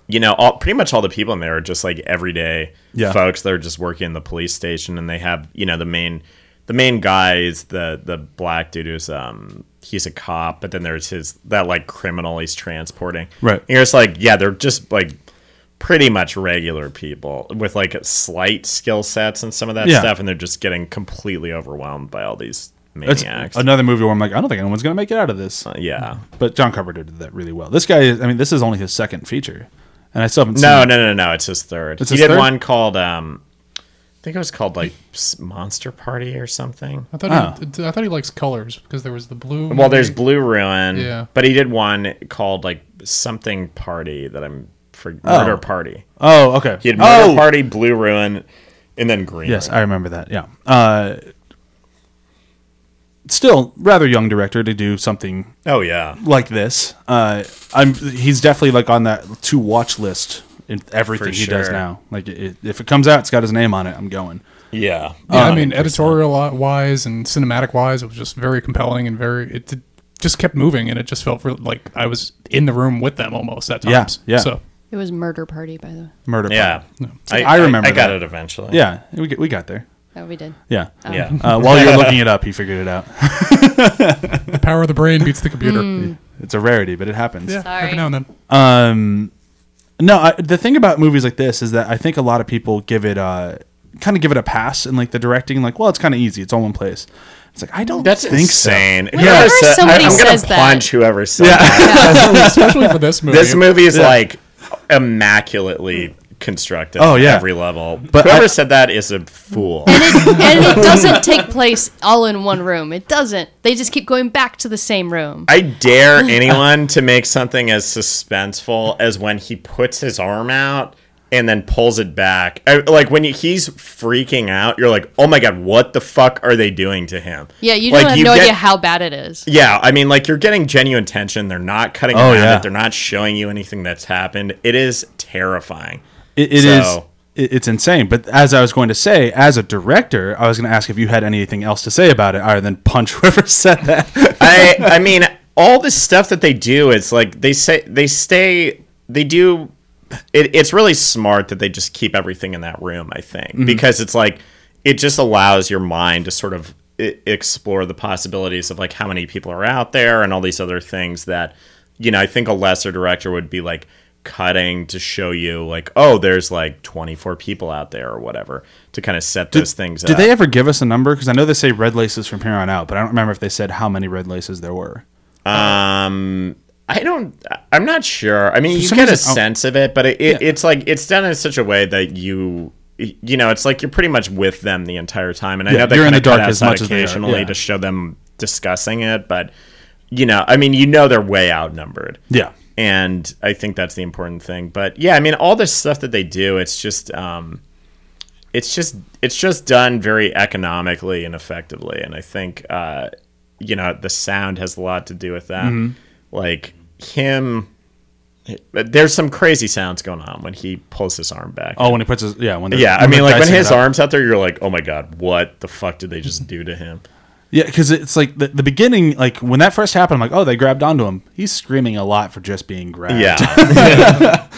Speaker 7: you know, all, pretty much all the people in there are just like everyday
Speaker 4: Yeah.
Speaker 7: folks. They're just working in the police station, and they have you know the main the main guy is the the black dude who's um he's a cop, but then there's his that like criminal he's transporting.
Speaker 4: Right.
Speaker 7: And you're just like, yeah, they're just like pretty much regular people with like slight skill sets and some of that
Speaker 4: Yeah.
Speaker 7: stuff and they're just getting completely overwhelmed by all these
Speaker 4: That's
Speaker 7: maniacs.
Speaker 4: another movie where I'm like, I don't think anyone's gonna make it out of this.
Speaker 7: Uh, yeah.
Speaker 4: But John Carpenter did that really well. This guy, is, I mean, this is only his second feature, and I still haven't.
Speaker 7: No,
Speaker 4: seen
Speaker 7: no, no, no. It's his third.
Speaker 4: It's
Speaker 7: he
Speaker 4: his
Speaker 7: did
Speaker 4: third?
Speaker 7: one called, um, I think it was called like S- Monster Party or something.
Speaker 6: I thought he, I thought he likes colors because there was the blue.
Speaker 7: Well, there's Blue Ruin.
Speaker 6: Yeah.
Speaker 7: But he did one called like something party that I'm for Murder Party.
Speaker 4: Oh, okay.
Speaker 7: He had Murder
Speaker 4: oh,
Speaker 7: Party, Blue Ruin, and then Green.
Speaker 4: yes,
Speaker 7: Ruin.
Speaker 4: I remember that. Yeah. Uh, still, rather young director to do something
Speaker 7: oh yeah.
Speaker 4: like this. Uh, I'm he's definitely like on that to watch list in everything
Speaker 7: For
Speaker 4: he does
Speaker 7: sure.
Speaker 4: now. Like it, if it comes out, it's got his name on it. I'm going.
Speaker 7: Yeah.
Speaker 6: Yeah, I mean, editorial wise and cinematic wise, it was just very compelling and very. It did, just kept moving, and it just felt real, like I was in the room with them almost at
Speaker 4: Yeah,
Speaker 6: times.
Speaker 4: yeah.
Speaker 6: So
Speaker 5: It was Murder Party, by the way.
Speaker 4: Murder.
Speaker 7: Yeah. I,
Speaker 4: I remember
Speaker 7: I, got
Speaker 4: that.
Speaker 7: it eventually.
Speaker 4: Yeah, we g- we got there.
Speaker 5: That we did.
Speaker 4: Yeah.
Speaker 7: Yeah.
Speaker 5: Um,
Speaker 4: Uh, while you're looking it up, he figured it out.
Speaker 6: the power of the brain beats the computer.
Speaker 4: It's a rarity, but it happens.
Speaker 6: Yeah,
Speaker 5: Hmm, Sorry.
Speaker 6: every now and then.
Speaker 4: No, I, the thing about movies like this is that I think a lot of people give it uh kind of give it a pass and like the directing, like, well, it's kind of easy. It's all one place. It's like I don't
Speaker 7: That's
Speaker 4: think
Speaker 7: insane.
Speaker 4: So.
Speaker 7: Whoever
Speaker 5: Whenever
Speaker 7: said-
Speaker 5: somebody
Speaker 7: uh, I, am
Speaker 5: says
Speaker 7: gonna
Speaker 5: that-
Speaker 7: punch whoever said
Speaker 4: Yeah.
Speaker 7: that.
Speaker 6: Especially for this movie.
Speaker 7: This movie is like immaculately constructed.
Speaker 4: Oh,
Speaker 7: on
Speaker 4: yeah.
Speaker 7: every level.
Speaker 4: But
Speaker 7: But whoever
Speaker 4: I-
Speaker 7: said that is a fool.
Speaker 5: and it doesn't take place all in one room. It doesn't. They just keep going back to the same room.
Speaker 7: I dare anyone to make something as suspenseful as when he puts his arm out and then pulls it back. I- like when you, he's freaking out, you're like, "Oh my god, what the fuck are they doing to him?"
Speaker 5: Yeah, you
Speaker 7: Like,
Speaker 5: don't have no
Speaker 7: get-
Speaker 5: idea how bad it is.
Speaker 7: Yeah, I mean, like you're getting genuine tension. They're not cutting
Speaker 4: Oh,
Speaker 7: around
Speaker 4: yeah.
Speaker 7: it. They're not showing you anything that's happened. It is terrifying.
Speaker 4: It, it is-
Speaker 7: So-
Speaker 4: it- it's insane. But as I was going to say, as a director, I was going to ask if you had anything else to say about it, other than punch whoever said that.
Speaker 7: I I mean, all the stuff that they do, it's like they say they stay they do. It, it's really smart that they just keep everything in that room. I think because it's like it just allows your mind to sort of e- explore the possibilities of like how many people are out there and all these other things that you know. I think a lesser director would be like cutting to show you like oh there's like 24 people out there or whatever to kind of set those things
Speaker 4: Did
Speaker 7: up.
Speaker 4: they ever give us a number? Because I know they say red laces from here on out, but I don't remember if they said how many red laces there were.
Speaker 7: Um, I don't. I'm not sure. I mean, you
Speaker 4: some
Speaker 7: get a
Speaker 4: reason- oh.
Speaker 7: sense of it, but it, it, it's like it's done in such a way that you, you know, it's like you're pretty much with them the entire time. And I
Speaker 4: Yeah,
Speaker 7: know they
Speaker 4: you're in
Speaker 7: kind
Speaker 4: the
Speaker 7: of cut
Speaker 4: dark as
Speaker 7: outside
Speaker 4: much as they are,
Speaker 7: occasionally
Speaker 4: yeah.
Speaker 7: to show them discussing it, but you know, I mean, you know, they're way outnumbered.
Speaker 4: Yeah.
Speaker 7: And I think that's the important thing. But yeah, I mean, all this stuff that they do, it's just, um, it's just, it's just done very economically and effectively. And I think, uh, you know, the sound has a lot to do with that.
Speaker 4: Mm-hmm.
Speaker 7: Like him, but there's some crazy sounds going on when he pulls his arm back.
Speaker 4: Oh, when he puts his yeah, when they're-
Speaker 7: yeah. I mean,
Speaker 4: they're
Speaker 7: like when
Speaker 4: dicing it
Speaker 7: his
Speaker 4: up.
Speaker 7: arm's out there, you're like, oh my god, what the fuck did they just do to him?
Speaker 4: Yeah, because it's like the, the beginning, like when that first happened, I'm like, oh, they grabbed onto him. He's screaming a lot for just being grabbed.
Speaker 7: Yeah,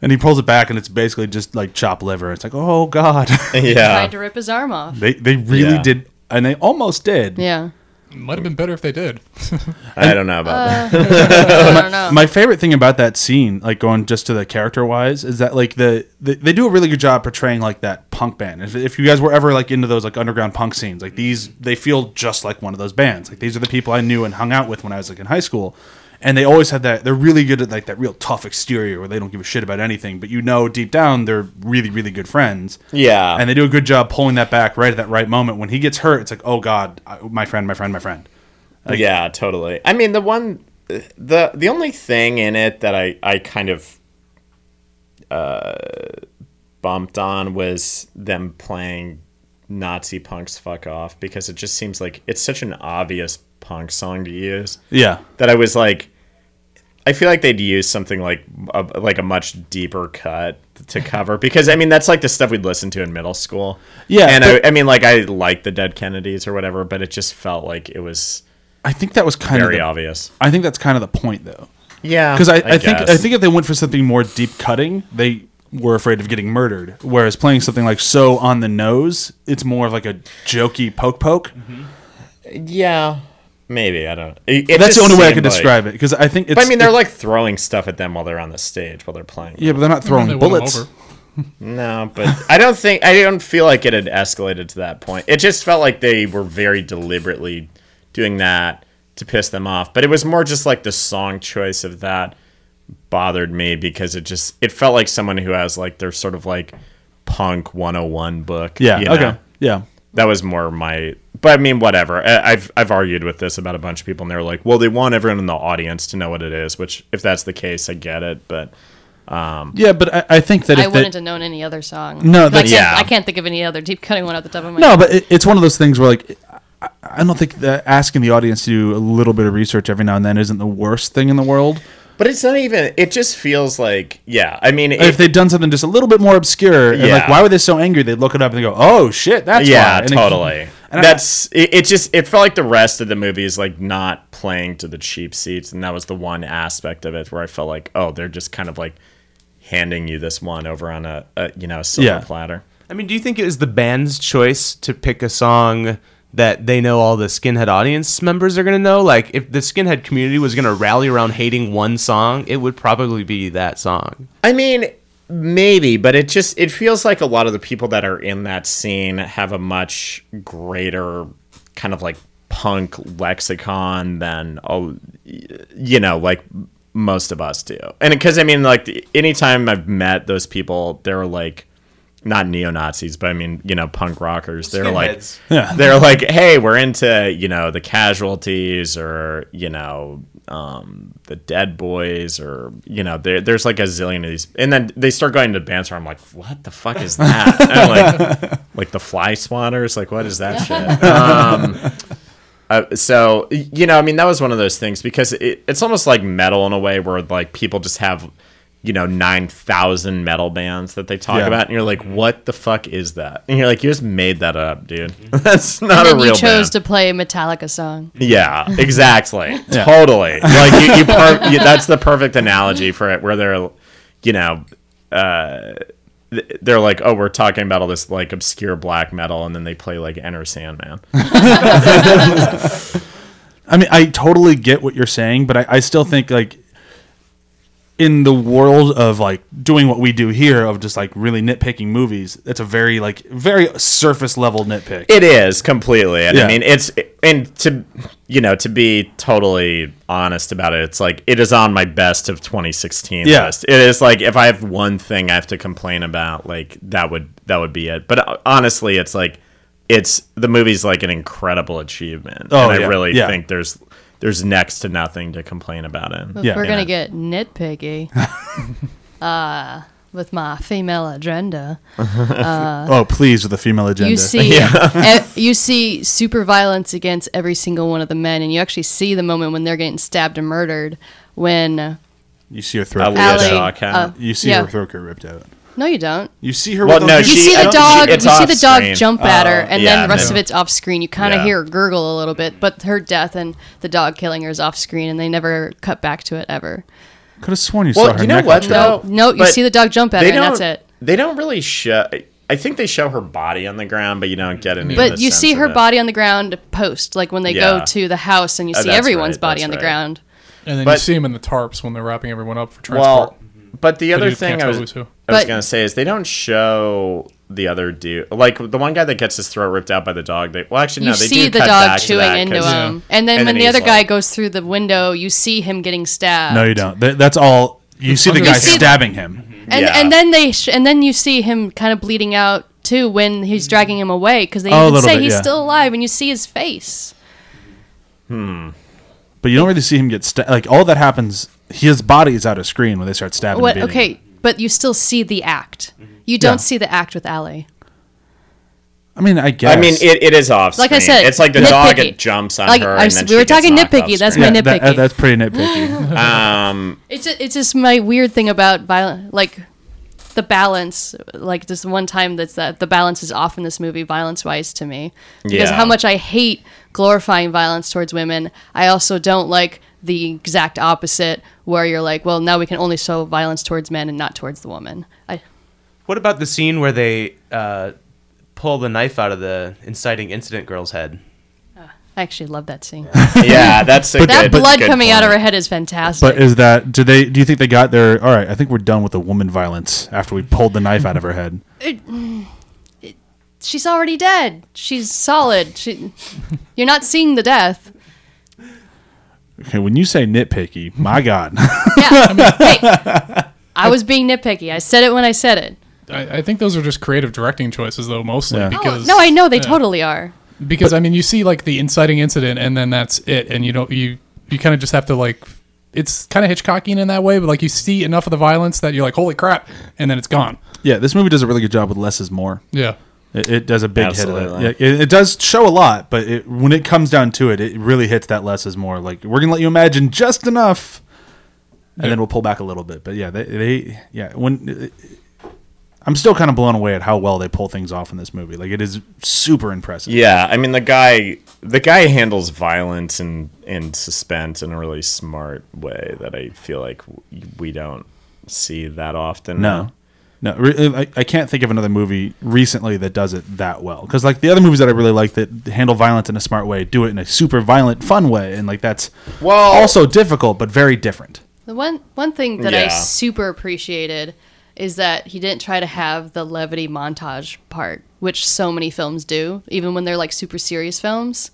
Speaker 4: And he pulls it back and it's basically just like chop liver. It's like, oh, God.
Speaker 7: yeah.
Speaker 5: Tried to rip his arm off.
Speaker 4: they, they really
Speaker 7: Yeah.
Speaker 4: did. And they almost did.
Speaker 5: Yeah.
Speaker 6: Might have been better if they did.
Speaker 7: I don't know about that. Uh,
Speaker 5: I don't know.
Speaker 4: My favorite thing about that scene, like going just to the character wise, is that like the, the they do a really good job portraying like that punk band. If, if you guys were ever like into those like underground punk scenes, like these they feel just like one of those bands. Like these are the people I knew and hung out with when I was like in high school, and they always had that. They're really good at like that real tough exterior where they don't give a shit about anything, but you know deep down they're really really good friends.
Speaker 7: Yeah.
Speaker 4: and they do a good job pulling that back right at that right moment when he gets hurt. It's like oh god, I- my friend, my friend, my friend.
Speaker 7: yeah, totally. I mean, the one, the the only thing in it that I I kind of uh, bumped on was them playing Nazi punks fuck off because it just seems like it's such an obvious punk song to use
Speaker 4: Yeah,
Speaker 7: that I was like, I feel like they'd use something like a, like a much deeper cut to cover because I mean that's like the stuff we'd listen to in middle school.
Speaker 4: Yeah,
Speaker 7: and
Speaker 4: but-
Speaker 7: I, I mean like I liked the Dead Kennedys or whatever, but it just felt like it was
Speaker 4: I think that was kind
Speaker 7: very
Speaker 4: of the-
Speaker 7: obvious.
Speaker 4: I think that's kind of the point, though,
Speaker 7: Yeah,
Speaker 4: because I, I, think
Speaker 7: guess.
Speaker 4: I think if they went for something more deep cutting, they were afraid of getting murdered. Whereas playing something like so on the nose, it's more of like a jokey poke poke.
Speaker 7: yeah, maybe I don't. It, it
Speaker 4: That's
Speaker 7: just
Speaker 4: the only way I could
Speaker 7: seemed like-
Speaker 4: describe it. Because I think it's.
Speaker 7: But I mean, they're
Speaker 4: it-
Speaker 7: like throwing stuff at them while they're on the stage while they're playing.
Speaker 4: yeah, but they're not throwing
Speaker 6: They won 'em
Speaker 4: bullets.
Speaker 6: over.
Speaker 7: No, but I don't think I don't feel like it had escalated to that point. It just felt like they were very deliberately doing that to piss them off. But it was more just like the song choice of that bothered me because it just it felt like someone who has like their sort of like punk 101 book.
Speaker 4: Yeah.
Speaker 7: you know?
Speaker 4: okay. Yeah.
Speaker 7: That was more my but I mean whatever. I, I've I've argued with this about a bunch of people and they're like, "Well, they want everyone in the audience to know what it is," which if that's the case, I get it, but
Speaker 4: Yeah, but I, I think that
Speaker 5: I
Speaker 4: if they-
Speaker 5: wouldn't have known any other song.
Speaker 4: No,
Speaker 5: I
Speaker 4: that-
Speaker 5: can't,
Speaker 7: Yeah.
Speaker 5: I can't think of any other deep cutting one off the top of my
Speaker 4: No,
Speaker 5: head.
Speaker 4: but it, it's one of those things where like I, I don't think that asking the audience to do a little bit of research every now and then isn't the worst thing in the world.
Speaker 7: But it's not even. It just feels like, yeah. I mean,
Speaker 4: If they'd done something just a little bit more obscure, and like
Speaker 7: Yeah.
Speaker 4: why were they so angry? They'd look it up and they go, "Oh shit, that's why."
Speaker 7: yeah,
Speaker 4: And it-
Speaker 7: totally.
Speaker 4: and I-
Speaker 7: That's it, it. Just it felt like the rest of the movie is like not playing to the cheap seats, and that was the one aspect of it where I felt like, oh, they're just kind of like handing you this one over on a, a you know a silver
Speaker 4: Yeah.
Speaker 7: platter.
Speaker 8: I mean, do you think it was the band's choice to pick a song that they know all the skinhead audience members are going to know? Like, if the skinhead community was going to rally around hating one song, it would probably be that song.
Speaker 7: I mean, maybe, but it just it feels like a lot of the people that are in that scene have a much greater kind of like punk lexicon than oh, y- you know, like most of us do. And because I mean, like the- anytime I've met those people, they're like not neo Nazis, but I mean, you know, punk rockers. They're like
Speaker 8: Skinheads.
Speaker 4: Yeah.
Speaker 7: they're like, hey, we're into you know the casualties or you know um, the Dead Boys or you know there, there's like a zillion of these, and then they start going to bands where I'm like, what the fuck is that? and like, like the Fly Swatters, like what is that shit? Um, uh, so y- you know, I mean, that was one of those things because it, it's almost like metal in a way where like people just have. You know, nine thousand metal bands that they talk
Speaker 4: Yeah.
Speaker 7: about, and you're like, "What the fuck is that?" And you're like, "You just made that up, dude. That's not
Speaker 5: Mm-hmm. And
Speaker 7: a
Speaker 5: then
Speaker 7: real."
Speaker 5: you chose
Speaker 7: band.
Speaker 5: to play a Metallica song.
Speaker 7: Yeah, exactly. Totally. Like you, you, per- you that's the perfect analogy for it where they're you know, uh th- they're like, "Oh, we're talking about all this like obscure black metal," and then they play like Enter Sandman.
Speaker 4: I mean, I totally get what you're saying, but I, I still think like in the world of like doing what we do here of just like really nitpicking movies, that's a very like very surface level nitpick.
Speaker 7: It is completely. And
Speaker 4: Yeah.
Speaker 7: I mean, it's and to you know to be totally honest about it, it's like it is on my best of 2016
Speaker 4: Yeah.
Speaker 7: list. It is like if I have one thing I have to complain about, like that would that would be it. But uh, honestly, it's like it's the movie's like an incredible achievement,
Speaker 4: Oh,
Speaker 7: and
Speaker 4: yeah,
Speaker 7: I really
Speaker 4: yeah.
Speaker 7: think there's there's next to nothing to complain about it.
Speaker 4: Yeah.
Speaker 5: We're
Speaker 7: Yeah.
Speaker 5: gonna get nitpicky. uh, with my female agenda.
Speaker 4: oh, please with the female agenda.
Speaker 5: You see, eh, you see super violence against every single one of the men, and you actually see the moment when they're getting stabbed and murdered. When
Speaker 4: you see her throat.
Speaker 7: Yeah,
Speaker 5: Allie,
Speaker 7: dog hat.
Speaker 5: uh,
Speaker 4: You see
Speaker 5: yeah.
Speaker 4: her throat get ripped out.
Speaker 5: no, you don't.
Speaker 4: You see her.
Speaker 7: Well,
Speaker 4: with
Speaker 7: no,
Speaker 4: those-
Speaker 5: You
Speaker 7: She-
Speaker 5: see
Speaker 7: I
Speaker 5: the
Speaker 7: don't-
Speaker 5: dog.
Speaker 7: she- it's
Speaker 5: you see the
Speaker 7: off
Speaker 5: dog
Speaker 7: screen. Oh,
Speaker 5: jump at her, and
Speaker 7: yeah,
Speaker 5: then the rest
Speaker 7: no.
Speaker 5: of it's off screen. You kind of
Speaker 7: Yeah.
Speaker 5: hear her gurgle a little bit, but her death and the dog killing her is off screen, and they never cut back to it ever.
Speaker 4: Could have sworn you saw
Speaker 7: Well,
Speaker 4: her.
Speaker 7: you know
Speaker 4: neck
Speaker 7: what
Speaker 4: rupture.
Speaker 7: though?
Speaker 5: No, you
Speaker 7: But
Speaker 5: see the dog jump at
Speaker 7: they
Speaker 5: her, and that's
Speaker 7: don't-
Speaker 5: it.
Speaker 7: They don't really show. I think they show her body on the ground, but you don't get any. of
Speaker 5: But
Speaker 7: the
Speaker 5: you
Speaker 7: sense
Speaker 5: see
Speaker 7: of
Speaker 5: her
Speaker 7: it.
Speaker 5: body on the ground post, like when they
Speaker 7: Yeah.
Speaker 5: go to the house, and you
Speaker 7: Oh,
Speaker 5: see
Speaker 7: that's
Speaker 5: everyone's
Speaker 7: right,
Speaker 5: body
Speaker 7: that's
Speaker 5: on the
Speaker 7: right.
Speaker 5: ground.
Speaker 6: And then you
Speaker 7: But-
Speaker 6: see him in the tarps when they're wrapping everyone up for transport. Mm-hmm.
Speaker 7: Well, but the other
Speaker 6: you
Speaker 7: thing
Speaker 6: can't
Speaker 7: I was,
Speaker 6: tell
Speaker 7: I was
Speaker 6: who's who.
Speaker 5: But-
Speaker 7: gonna say is they don't show the other dude, like the one guy that gets his throat ripped out by the dog. They well, actually
Speaker 5: you
Speaker 7: no, they
Speaker 5: see
Speaker 7: do
Speaker 5: the
Speaker 7: cut
Speaker 5: dog
Speaker 7: back to
Speaker 5: chewing
Speaker 7: that
Speaker 5: into
Speaker 7: 'cause-
Speaker 5: him, and then
Speaker 7: And
Speaker 5: when
Speaker 7: then
Speaker 5: the other
Speaker 7: he's
Speaker 5: guy
Speaker 7: like-
Speaker 5: goes through the window, you see him getting stabbed.
Speaker 4: No, you don't. Th- that's all. You see the
Speaker 6: You
Speaker 4: guy
Speaker 5: see the-
Speaker 4: stabbing him.
Speaker 5: And
Speaker 7: Yeah.
Speaker 5: and then they sh- and then you see him kind of bleeding out too when he's dragging him away because they
Speaker 4: Oh, a
Speaker 5: even
Speaker 4: little
Speaker 5: say
Speaker 4: bit,
Speaker 5: he's
Speaker 4: yeah.
Speaker 5: still alive, and you see his face.
Speaker 4: But you don't really see him get stabbed. Like all that happens, his body is out of screen when they start stabbing.
Speaker 5: What?
Speaker 4: and beating him.
Speaker 5: Okay, but you still see the act. You don't
Speaker 4: Yeah.
Speaker 5: see the act with Allie.
Speaker 4: I mean, I guess.
Speaker 7: I mean, it, it is off.
Speaker 5: Like I
Speaker 7: screen.
Speaker 5: said,
Speaker 7: it's like the dog
Speaker 5: nitpicky.
Speaker 7: it jumps on
Speaker 5: Like,
Speaker 7: her.
Speaker 5: I
Speaker 7: and
Speaker 5: s-
Speaker 7: then
Speaker 5: we
Speaker 7: she
Speaker 5: were
Speaker 7: gets
Speaker 5: talking
Speaker 7: knocked
Speaker 5: nitpicky,
Speaker 7: off
Speaker 5: that's
Speaker 7: screen.
Speaker 5: my
Speaker 4: Yeah, that-
Speaker 5: nitpicky.
Speaker 4: that's pretty nitpicky.
Speaker 7: Um,
Speaker 5: It's ju- it's just my weird thing about violent like the balance like this one time that's that the balance is off in this movie violence wise to me because
Speaker 7: Yeah.
Speaker 5: how much I hate glorifying violence towards women I also don't like the exact opposite where you're like well now we can only show violence towards men and not towards the woman I
Speaker 8: What about the scene where they uh, pull the knife out of the inciting incident girl's head?
Speaker 5: I I actually love that scene.
Speaker 7: yeah, that's a
Speaker 4: But-
Speaker 5: That
Speaker 7: good-
Speaker 5: blood
Speaker 7: good
Speaker 5: coming out of
Speaker 7: point.
Speaker 5: her head is fantastic.
Speaker 4: But is that do they do you think they got their all right? I think we're done with the woman violence after we pulled the knife out of her head.
Speaker 5: she's already dead. She's solid. She, you're not seeing the death.
Speaker 4: Okay, when you say nitpicky, my God,
Speaker 5: Yeah. hey, I was being nitpicky. I said it when I said it.
Speaker 9: I, I think those are just creative directing choices, though, mostly
Speaker 4: Yeah. Oh,
Speaker 9: because
Speaker 5: no, I know they
Speaker 9: yeah.
Speaker 5: totally are.
Speaker 9: because I mean, you see like the inciting incident, and then that's it, and you don't you you kind of just have to like it's kind of Hitchcockian in that way, but like you see enough of the violence that you're like, holy crap, and then it's gone.
Speaker 4: yeah, this movie does a really good job with less is more.
Speaker 9: Yeah,
Speaker 4: It, it does a big
Speaker 7: Absolutely.
Speaker 4: hit. Of that. Yeah, it, it does show a lot, but it, when it comes down to it, it really hits that less is more. Like we're gonna let you imagine just enough, and then we'll pull back a little bit. But yeah, they, they yeah when. I'm still kind of blown away at how well they pull things off in this movie. Like it is super impressive.
Speaker 7: Yeah, I mean the guy the guy handles violence and and suspense in a really smart way that I feel like w- we don't see that often.
Speaker 4: No. No, re- uh, I, I can't think of another movie recently that does it that well. Because like the other movies that I really like that handle violence in a smart way, do it in a super violent, fun way, and like that's
Speaker 7: Well-
Speaker 4: also difficult but very different.
Speaker 5: The one one thing that I
Speaker 7: Yeah.
Speaker 5: super appreciated is that he didn't try to have the levity montage part, which so many films do, even when they're like super serious films.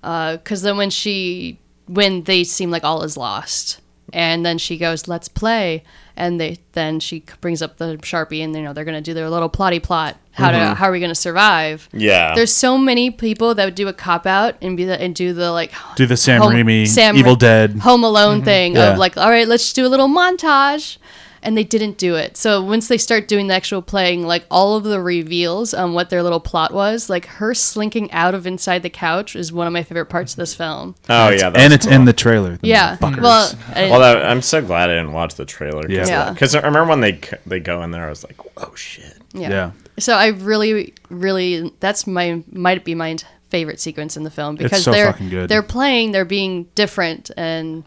Speaker 5: Because then when she when they seem like all is lost, and then she goes, "Let's play," and they then she brings up the sharpie, and you know they're gonna do their little plotty plot. How to how are we gonna survive?
Speaker 7: Yeah.
Speaker 5: There's so many people that would do a cop out and be the, and do the like
Speaker 4: Do the Sam
Speaker 5: Home-
Speaker 4: Raimi,
Speaker 5: Sam
Speaker 4: Evil
Speaker 5: Ra-
Speaker 4: Dead.
Speaker 5: Home Alone thing
Speaker 4: Yeah.
Speaker 5: of like, all right, let's do a little montage. And they didn't do it. So once they start doing the actual playing, like all of the reveals on what their little plot was, like her slinking out of inside the couch is one of my favorite parts of this film.
Speaker 7: oh yeah,
Speaker 4: and it's
Speaker 7: cool.
Speaker 4: in the trailer. the
Speaker 5: yeah.
Speaker 4: motherfuckers.
Speaker 5: Well, I-
Speaker 7: Well, that, I'm so glad I didn't watch the trailer.
Speaker 4: Yeah.
Speaker 5: Yeah.
Speaker 7: Because I remember when they c- they go in there, I was like, oh shit.
Speaker 5: yeah.
Speaker 4: yeah.
Speaker 5: So I really, really, that's my might be my favorite sequence in the film because
Speaker 4: so
Speaker 5: they're
Speaker 4: fucking good.
Speaker 5: they're playing, they're being different, and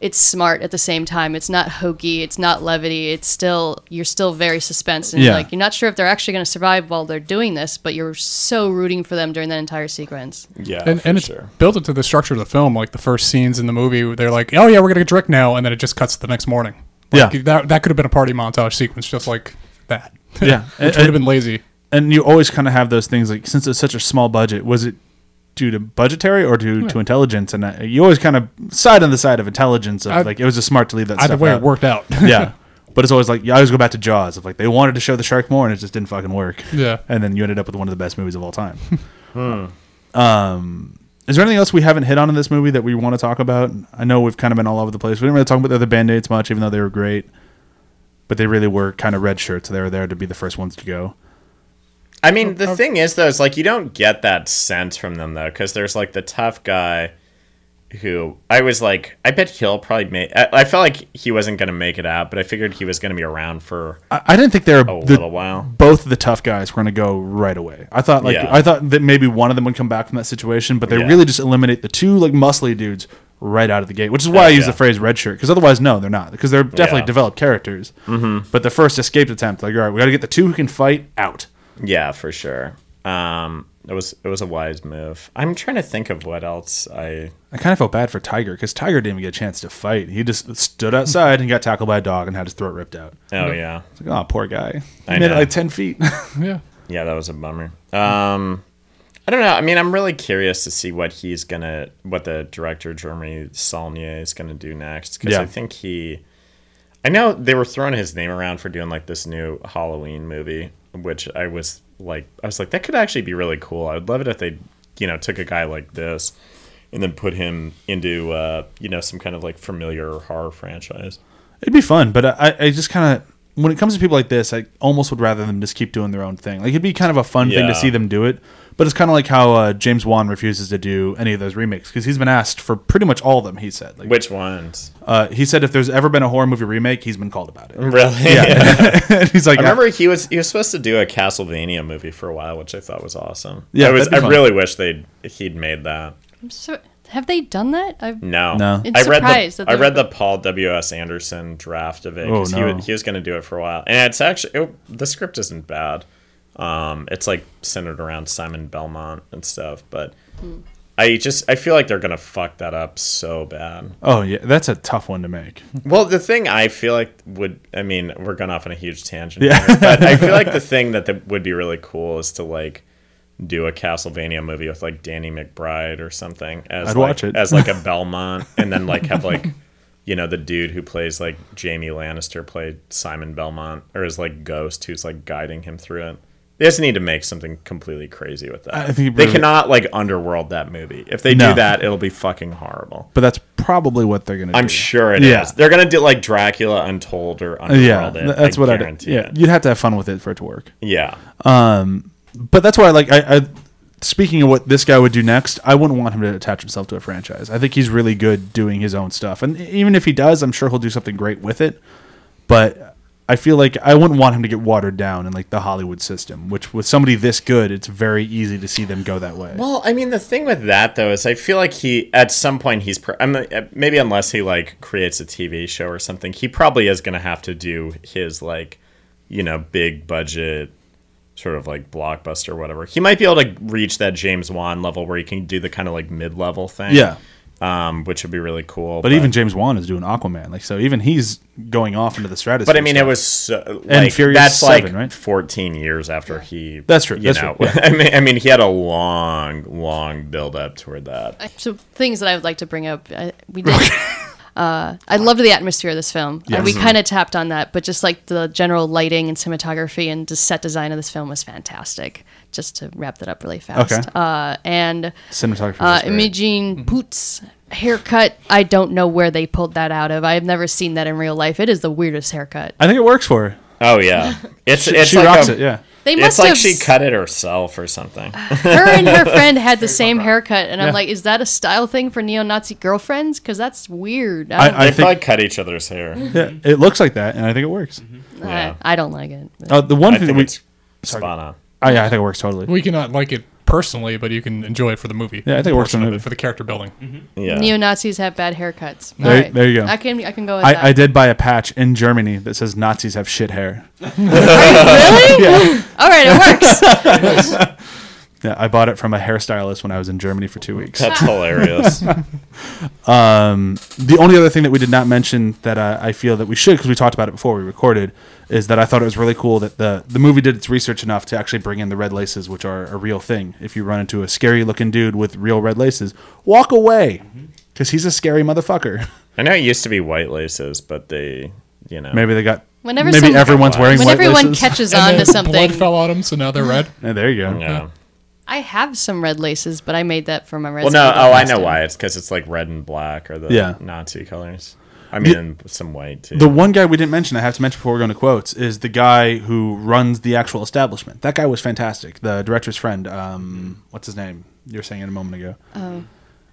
Speaker 5: it's smart at the same time. It's not hokey, it's not levity. It's still you're still very suspense and
Speaker 4: Yeah.
Speaker 5: like you're not sure if they're actually going to survive while they're doing this, but you're so rooting for them during that entire sequence.
Speaker 7: Yeah,
Speaker 4: Oh,
Speaker 9: and
Speaker 7: for
Speaker 9: and it's
Speaker 7: sure.
Speaker 9: built into the structure of the film. Like the first scenes in the movie, they're like, oh yeah, we're gonna get drunk now, and then it just cuts to the next morning. Like,
Speaker 4: Yeah.
Speaker 9: that that could have been a party montage sequence, just like that.
Speaker 4: Yeah.
Speaker 9: which would
Speaker 4: And-
Speaker 9: have been lazy.
Speaker 4: and you always kind of have those things like since it's such a small budget was it due to budgetary or due to intelligence and uh, you always kind of side on the side of intelligence of
Speaker 9: I-
Speaker 4: like it was just smart to leave that
Speaker 9: Either
Speaker 4: stuff
Speaker 9: way,
Speaker 4: out.
Speaker 9: it worked out.
Speaker 4: yeah but it's always like i always go back to jaws of like they wanted to show the shark more and it just didn't fucking work
Speaker 9: Yeah.
Speaker 4: and then you ended up with one of the best movies of all time um is there anything else we haven't hit on in this movie that we want to talk about? I know we've kind of been all over the place. We didn't really talk about the other band aids much, even though they were great. But they really were kind of red shirts. They were there to be the first ones to go.
Speaker 7: I mean,
Speaker 9: Oh,
Speaker 7: the thing is, though, is like you don't get that sense from them though, because there's like the tough guy who I was like, I bet he'll probably make. I, I felt like he wasn't gonna make it out, but I figured he was gonna be around for
Speaker 9: Uh,
Speaker 4: I, I didn't think they were
Speaker 7: a
Speaker 4: the-
Speaker 7: little while.
Speaker 4: both of the tough guys were going to go right away. I thought like
Speaker 7: Yeah.
Speaker 4: I thought that maybe one of them would come back from that situation, but they
Speaker 7: Yeah.
Speaker 4: really just eliminate the two like muscly dudes right out of the gate, which is why I use
Speaker 7: yeah.
Speaker 4: the phrase red shirt because otherwise no, they're not because they're definitely
Speaker 7: Yeah.
Speaker 4: developed characters. Mm-hmm. But the first escaped attempt, like all right, we got to get the two who can fight out.
Speaker 7: Yeah, for sure. Um, it was it was a wise move. I'm trying to think of what else I.
Speaker 4: I kind of felt bad for Tiger because Tiger didn't even get a chance to fight. He just stood outside and got tackled by a dog and had his throat ripped out.
Speaker 7: Oh yeah,
Speaker 4: It's like, oh, poor guy. He
Speaker 7: I
Speaker 4: made
Speaker 7: know.
Speaker 4: it like ten feet.
Speaker 9: yeah.
Speaker 7: yeah, that was a bummer. Um, I don't know. I mean, I'm really curious to see what he's gonna, what the director Jeremy Saulnier is gonna do next because
Speaker 4: Yeah.
Speaker 7: I think he. I know they were throwing his name around for doing like this new Halloween movie, which I was like, I was like, that could actually be really cool. I would love it if they, you know, took a guy like this and then put him into, uh, you know, some kind of like familiar horror franchise.
Speaker 4: It'd be fun, but I, I just kind of when it comes to people like this, I almost would rather them just keep doing their own thing. Like it'd be kind of a fun thing
Speaker 7: Yeah.
Speaker 4: to see them do it. But it's kind of like how uh, James Wan refuses to do any of those remakes because he's been asked for pretty much all of them. He said, like,
Speaker 7: Which ones?
Speaker 4: uh, he said if there's ever been a horror movie remake, he's been called about it.
Speaker 7: Really?
Speaker 4: and he's like,
Speaker 7: I remember he was he was supposed to do a Castlevania movie for a while, which I thought was awesome.
Speaker 4: Yeah,
Speaker 7: I was.
Speaker 4: that'd be
Speaker 7: I
Speaker 4: fun.
Speaker 7: really wish they would he'd made that.
Speaker 5: I'm so have they done that? I've,
Speaker 7: No,
Speaker 4: No.
Speaker 5: It's
Speaker 7: I read
Speaker 5: surprised
Speaker 7: the
Speaker 5: that
Speaker 7: I
Speaker 5: they're-
Speaker 7: read the Paul W S Anderson draft of it because
Speaker 4: Oh,
Speaker 7: he,
Speaker 4: no.
Speaker 7: wa- he was going to do it for a while, and it's actually it, the script isn't
Speaker 5: Hmm.
Speaker 7: bad. Um, it's like centered around Simon Belmont and stuff, but I just I feel like they're gonna fuck that up so bad.
Speaker 4: Oh yeah, that's a tough one to make.
Speaker 7: Well, the thing I feel like would I mean we're going off on a huge tangent, here, but I feel like the thing that, that would be really cool is to like do a Castlevania movie with like Danny McBride or something as
Speaker 4: I'd
Speaker 7: like,
Speaker 4: watch it.
Speaker 7: as like a Belmont, and then like have like you know the dude who plays like Jamie Lannister played Simon Belmont or is like Ghost who's like guiding him through it. They just need to make something completely crazy with that.
Speaker 4: I think
Speaker 7: they
Speaker 4: really-
Speaker 7: cannot like underworld that movie. If they
Speaker 4: No.
Speaker 7: do that, it'll be fucking horrible.
Speaker 4: But that's probably what they're gonna.
Speaker 7: I'm
Speaker 4: do.
Speaker 7: sure it
Speaker 4: Yeah.
Speaker 7: is. They're gonna do like Dracula Untold or Underworld.
Speaker 4: Yeah,
Speaker 7: it.
Speaker 4: that's
Speaker 7: I
Speaker 4: what I did.
Speaker 7: guarantee.
Speaker 4: Yeah,
Speaker 7: it.
Speaker 4: you'd have to have fun with it for it to work.
Speaker 7: yeah.
Speaker 4: But that's why, like, I, I speaking of what this guy would do next, I wouldn't want him to attach himself to a franchise. I think he's really good doing his own stuff, and even if he does, I'm sure he'll do something great with it. But I feel like I wouldn't want him to get watered down in like the Hollywood system, which with somebody this good, it's very easy to see them go that way.
Speaker 7: Well, I mean, the thing with that though is, I feel like he at some point he's pro- I'm, uh, maybe unless he like creates a TV show or something, he probably is gonna have to do his like you know big budget sort of like blockbuster or whatever. He might be able to reach that James Wan level where he can do the kind of like mid level thing.
Speaker 4: yeah,
Speaker 7: Um, which would be really cool.
Speaker 4: but even James Wan is doing Aquaman, like, so even he's going off into the stratosphere.
Speaker 7: But I mean, it
Speaker 4: so-
Speaker 7: was so, like
Speaker 4: Furious
Speaker 7: that's
Speaker 4: 7,
Speaker 7: like
Speaker 4: right?
Speaker 7: 14 years after he.
Speaker 4: That's true,
Speaker 7: You
Speaker 4: that's
Speaker 7: know,
Speaker 4: true, yeah.
Speaker 7: I mean, I mean, he had a long, long build up toward that.
Speaker 5: I- so things that I would like to bring up. I, we did. Uh, I loved the atmosphere of this film. And we kind of tapped on that, but just like the general lighting and cinematography and just set design of this film was fantastic. Just to wrap that up really fast.
Speaker 4: Okay.
Speaker 5: Uh, and
Speaker 4: cinematography.
Speaker 5: uh,
Speaker 4: was great.
Speaker 5: Imogene Poots haircut. I don't know where they pulled that out of. I have never seen that in real life. It is the weirdest haircut.
Speaker 4: I think it works for her.
Speaker 7: Oh yeah, it's it's
Speaker 4: she
Speaker 7: like
Speaker 4: rocks
Speaker 7: a-
Speaker 4: it. Yeah.
Speaker 5: They
Speaker 7: It's
Speaker 5: must
Speaker 7: like
Speaker 5: have
Speaker 7: she
Speaker 5: s-
Speaker 7: cut it herself or something.
Speaker 5: her and her friend had the same haircut, and I'm like, is that a style thing for neo-Nazi girlfriends? Because that's weird. I don't,
Speaker 4: I,
Speaker 7: They
Speaker 4: I
Speaker 7: probably
Speaker 4: think
Speaker 7: cut each other's hair.
Speaker 4: yeah, it looks like that, and I think it works.
Speaker 7: yeah.
Speaker 5: I, I don't like it. but-
Speaker 4: Uh, the one
Speaker 7: Mm-hmm. I
Speaker 4: thing
Speaker 7: think
Speaker 4: we,
Speaker 7: it's spot on.
Speaker 4: oh, yeah, I think it works totally.
Speaker 9: We cannot like it personally, but you can enjoy it for the movie.
Speaker 4: Yeah, I think it works for
Speaker 9: Portion
Speaker 4: the
Speaker 9: of
Speaker 4: movie.
Speaker 9: for the character building.
Speaker 7: Yeah.
Speaker 5: Neo Nazis have bad haircuts.
Speaker 4: There- there you go.
Speaker 5: I can I can go with that.
Speaker 4: I, I did buy a patch in Germany that says Nazis have shit hair.
Speaker 5: really? All right, it works.
Speaker 4: Yeah, I bought it from a hairstylist when I was in Germany for two weeks.
Speaker 7: That's hilarious.
Speaker 4: The only other thing that we did not mention that uh, I feel that we should, because we talked about it before we recorded, is that I thought it was really cool that the the movie did its research enough to actually bring in the red laces, which are a real thing. If you run into a scary looking dude with real red laces, walk away,
Speaker 9: Mm-hmm.
Speaker 4: because he's a scary motherfucker.
Speaker 7: I know it used to be white laces, but they, you know,
Speaker 4: Maybe they got.
Speaker 5: Whenever
Speaker 4: maybe
Speaker 5: some-
Speaker 4: everyone's wearing
Speaker 5: when
Speaker 4: white
Speaker 5: everyone
Speaker 4: laces.
Speaker 5: catches
Speaker 9: And
Speaker 5: on
Speaker 9: then
Speaker 5: to something, Mhm.
Speaker 9: Blood fell on them, so now they're red.
Speaker 4: Yeah, there you go.
Speaker 7: Yeah.
Speaker 5: I have some red laces, but I made that for my
Speaker 7: Well,
Speaker 5: resume.
Speaker 7: no. Oh, I
Speaker 5: last
Speaker 7: know
Speaker 5: time.
Speaker 7: why. It's because it's like red and black or the
Speaker 4: Yeah.
Speaker 7: Nazi colors. I mean, and some white too.
Speaker 4: The one guy we didn't mention, I have to mention before we go into quotes, is the guy who runs the actual establishment. That guy was fantastic. The director's friend, um, what's his name? You were saying it a moment ago.
Speaker 5: Oh.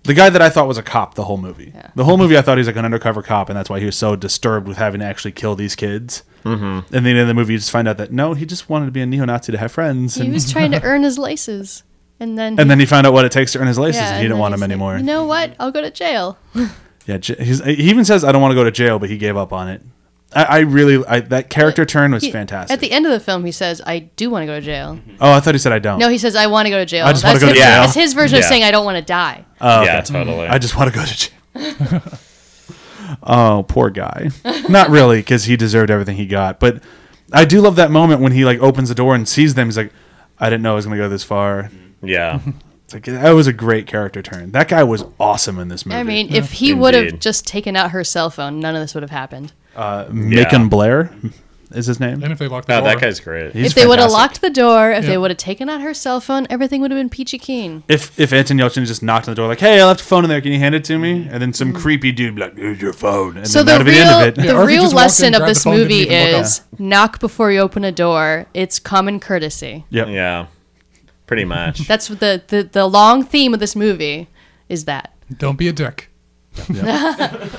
Speaker 4: The guy that I thought was a cop the whole movie. The whole movie, I thought he was like an undercover cop, and that's why he was so disturbed with having to actually kill these kids. Mm-hmm. And then in the movie, you just find out that no, he just wanted to be a neo-Nazi to have friends,
Speaker 5: He
Speaker 4: and,
Speaker 5: was trying to earn his laces, and then
Speaker 4: and then he found out what it takes to earn his laces,
Speaker 5: yeah,
Speaker 4: and he didn't
Speaker 5: then
Speaker 4: want
Speaker 5: he's
Speaker 4: them
Speaker 5: like,
Speaker 4: anymore.
Speaker 5: You know what? I'll go to jail.
Speaker 4: Yeah, j- he's, he even says, "I don't want to go to jail," but he gave up on it. I, I really, I, that character turn was
Speaker 5: He-
Speaker 4: fantastic.
Speaker 5: At the end of the film, he says, "I do want to go to jail."
Speaker 7: Mm-hmm.
Speaker 4: oh, I thought he said, "I don't."
Speaker 5: No, he says, "I want to go to jail."
Speaker 4: I just
Speaker 5: that's
Speaker 4: wanna go
Speaker 5: his,
Speaker 4: to jail.
Speaker 5: That's his version of
Speaker 7: Yeah.
Speaker 5: saying, "I don't want to die."
Speaker 7: yeah, totally.
Speaker 4: oh, I just want to go to jail. oh, poor guy. Not really, because he deserved everything he got. But I do love that moment when he like opens the door and sees them. He's like, "I didn't know I was going to go this far."
Speaker 7: yeah.
Speaker 4: It's like that was a great character turn. That guy was awesome in this movie.
Speaker 5: I mean, if he would have
Speaker 7: Indeed.
Speaker 5: just taken out her cell phone, none of this would have happened.
Speaker 4: Macon Blair is his name.
Speaker 9: And if they locked the
Speaker 7: No,
Speaker 9: door,
Speaker 7: Oh, that guy's great.
Speaker 4: He's
Speaker 5: if they would have
Speaker 4: fantastic.
Speaker 5: locked the door, if they
Speaker 9: Yeah.
Speaker 5: would have taken out her cell phone, everything would have been peachy keen.
Speaker 4: If if Anton Yelchin just knocked on the door like, "Hey, I left a phone in there. Can you hand it to me?" And then some creepy dude be like, "Here's your phone." And
Speaker 5: Mm. So
Speaker 4: then
Speaker 5: the
Speaker 4: that'd be the
Speaker 5: real,
Speaker 4: end of it.
Speaker 5: the
Speaker 9: Yeah, or if you
Speaker 5: real
Speaker 9: just walked in,
Speaker 5: lesson of
Speaker 9: grabbed the
Speaker 5: this
Speaker 9: phone, didn't
Speaker 5: movie
Speaker 9: even look
Speaker 5: is knock before you open a door. It's common courtesy.
Speaker 4: Yep.
Speaker 7: Yeah, pretty much.
Speaker 5: That's what the, the the long theme of this movie is that.
Speaker 9: don't be a dick.
Speaker 4: Yeah,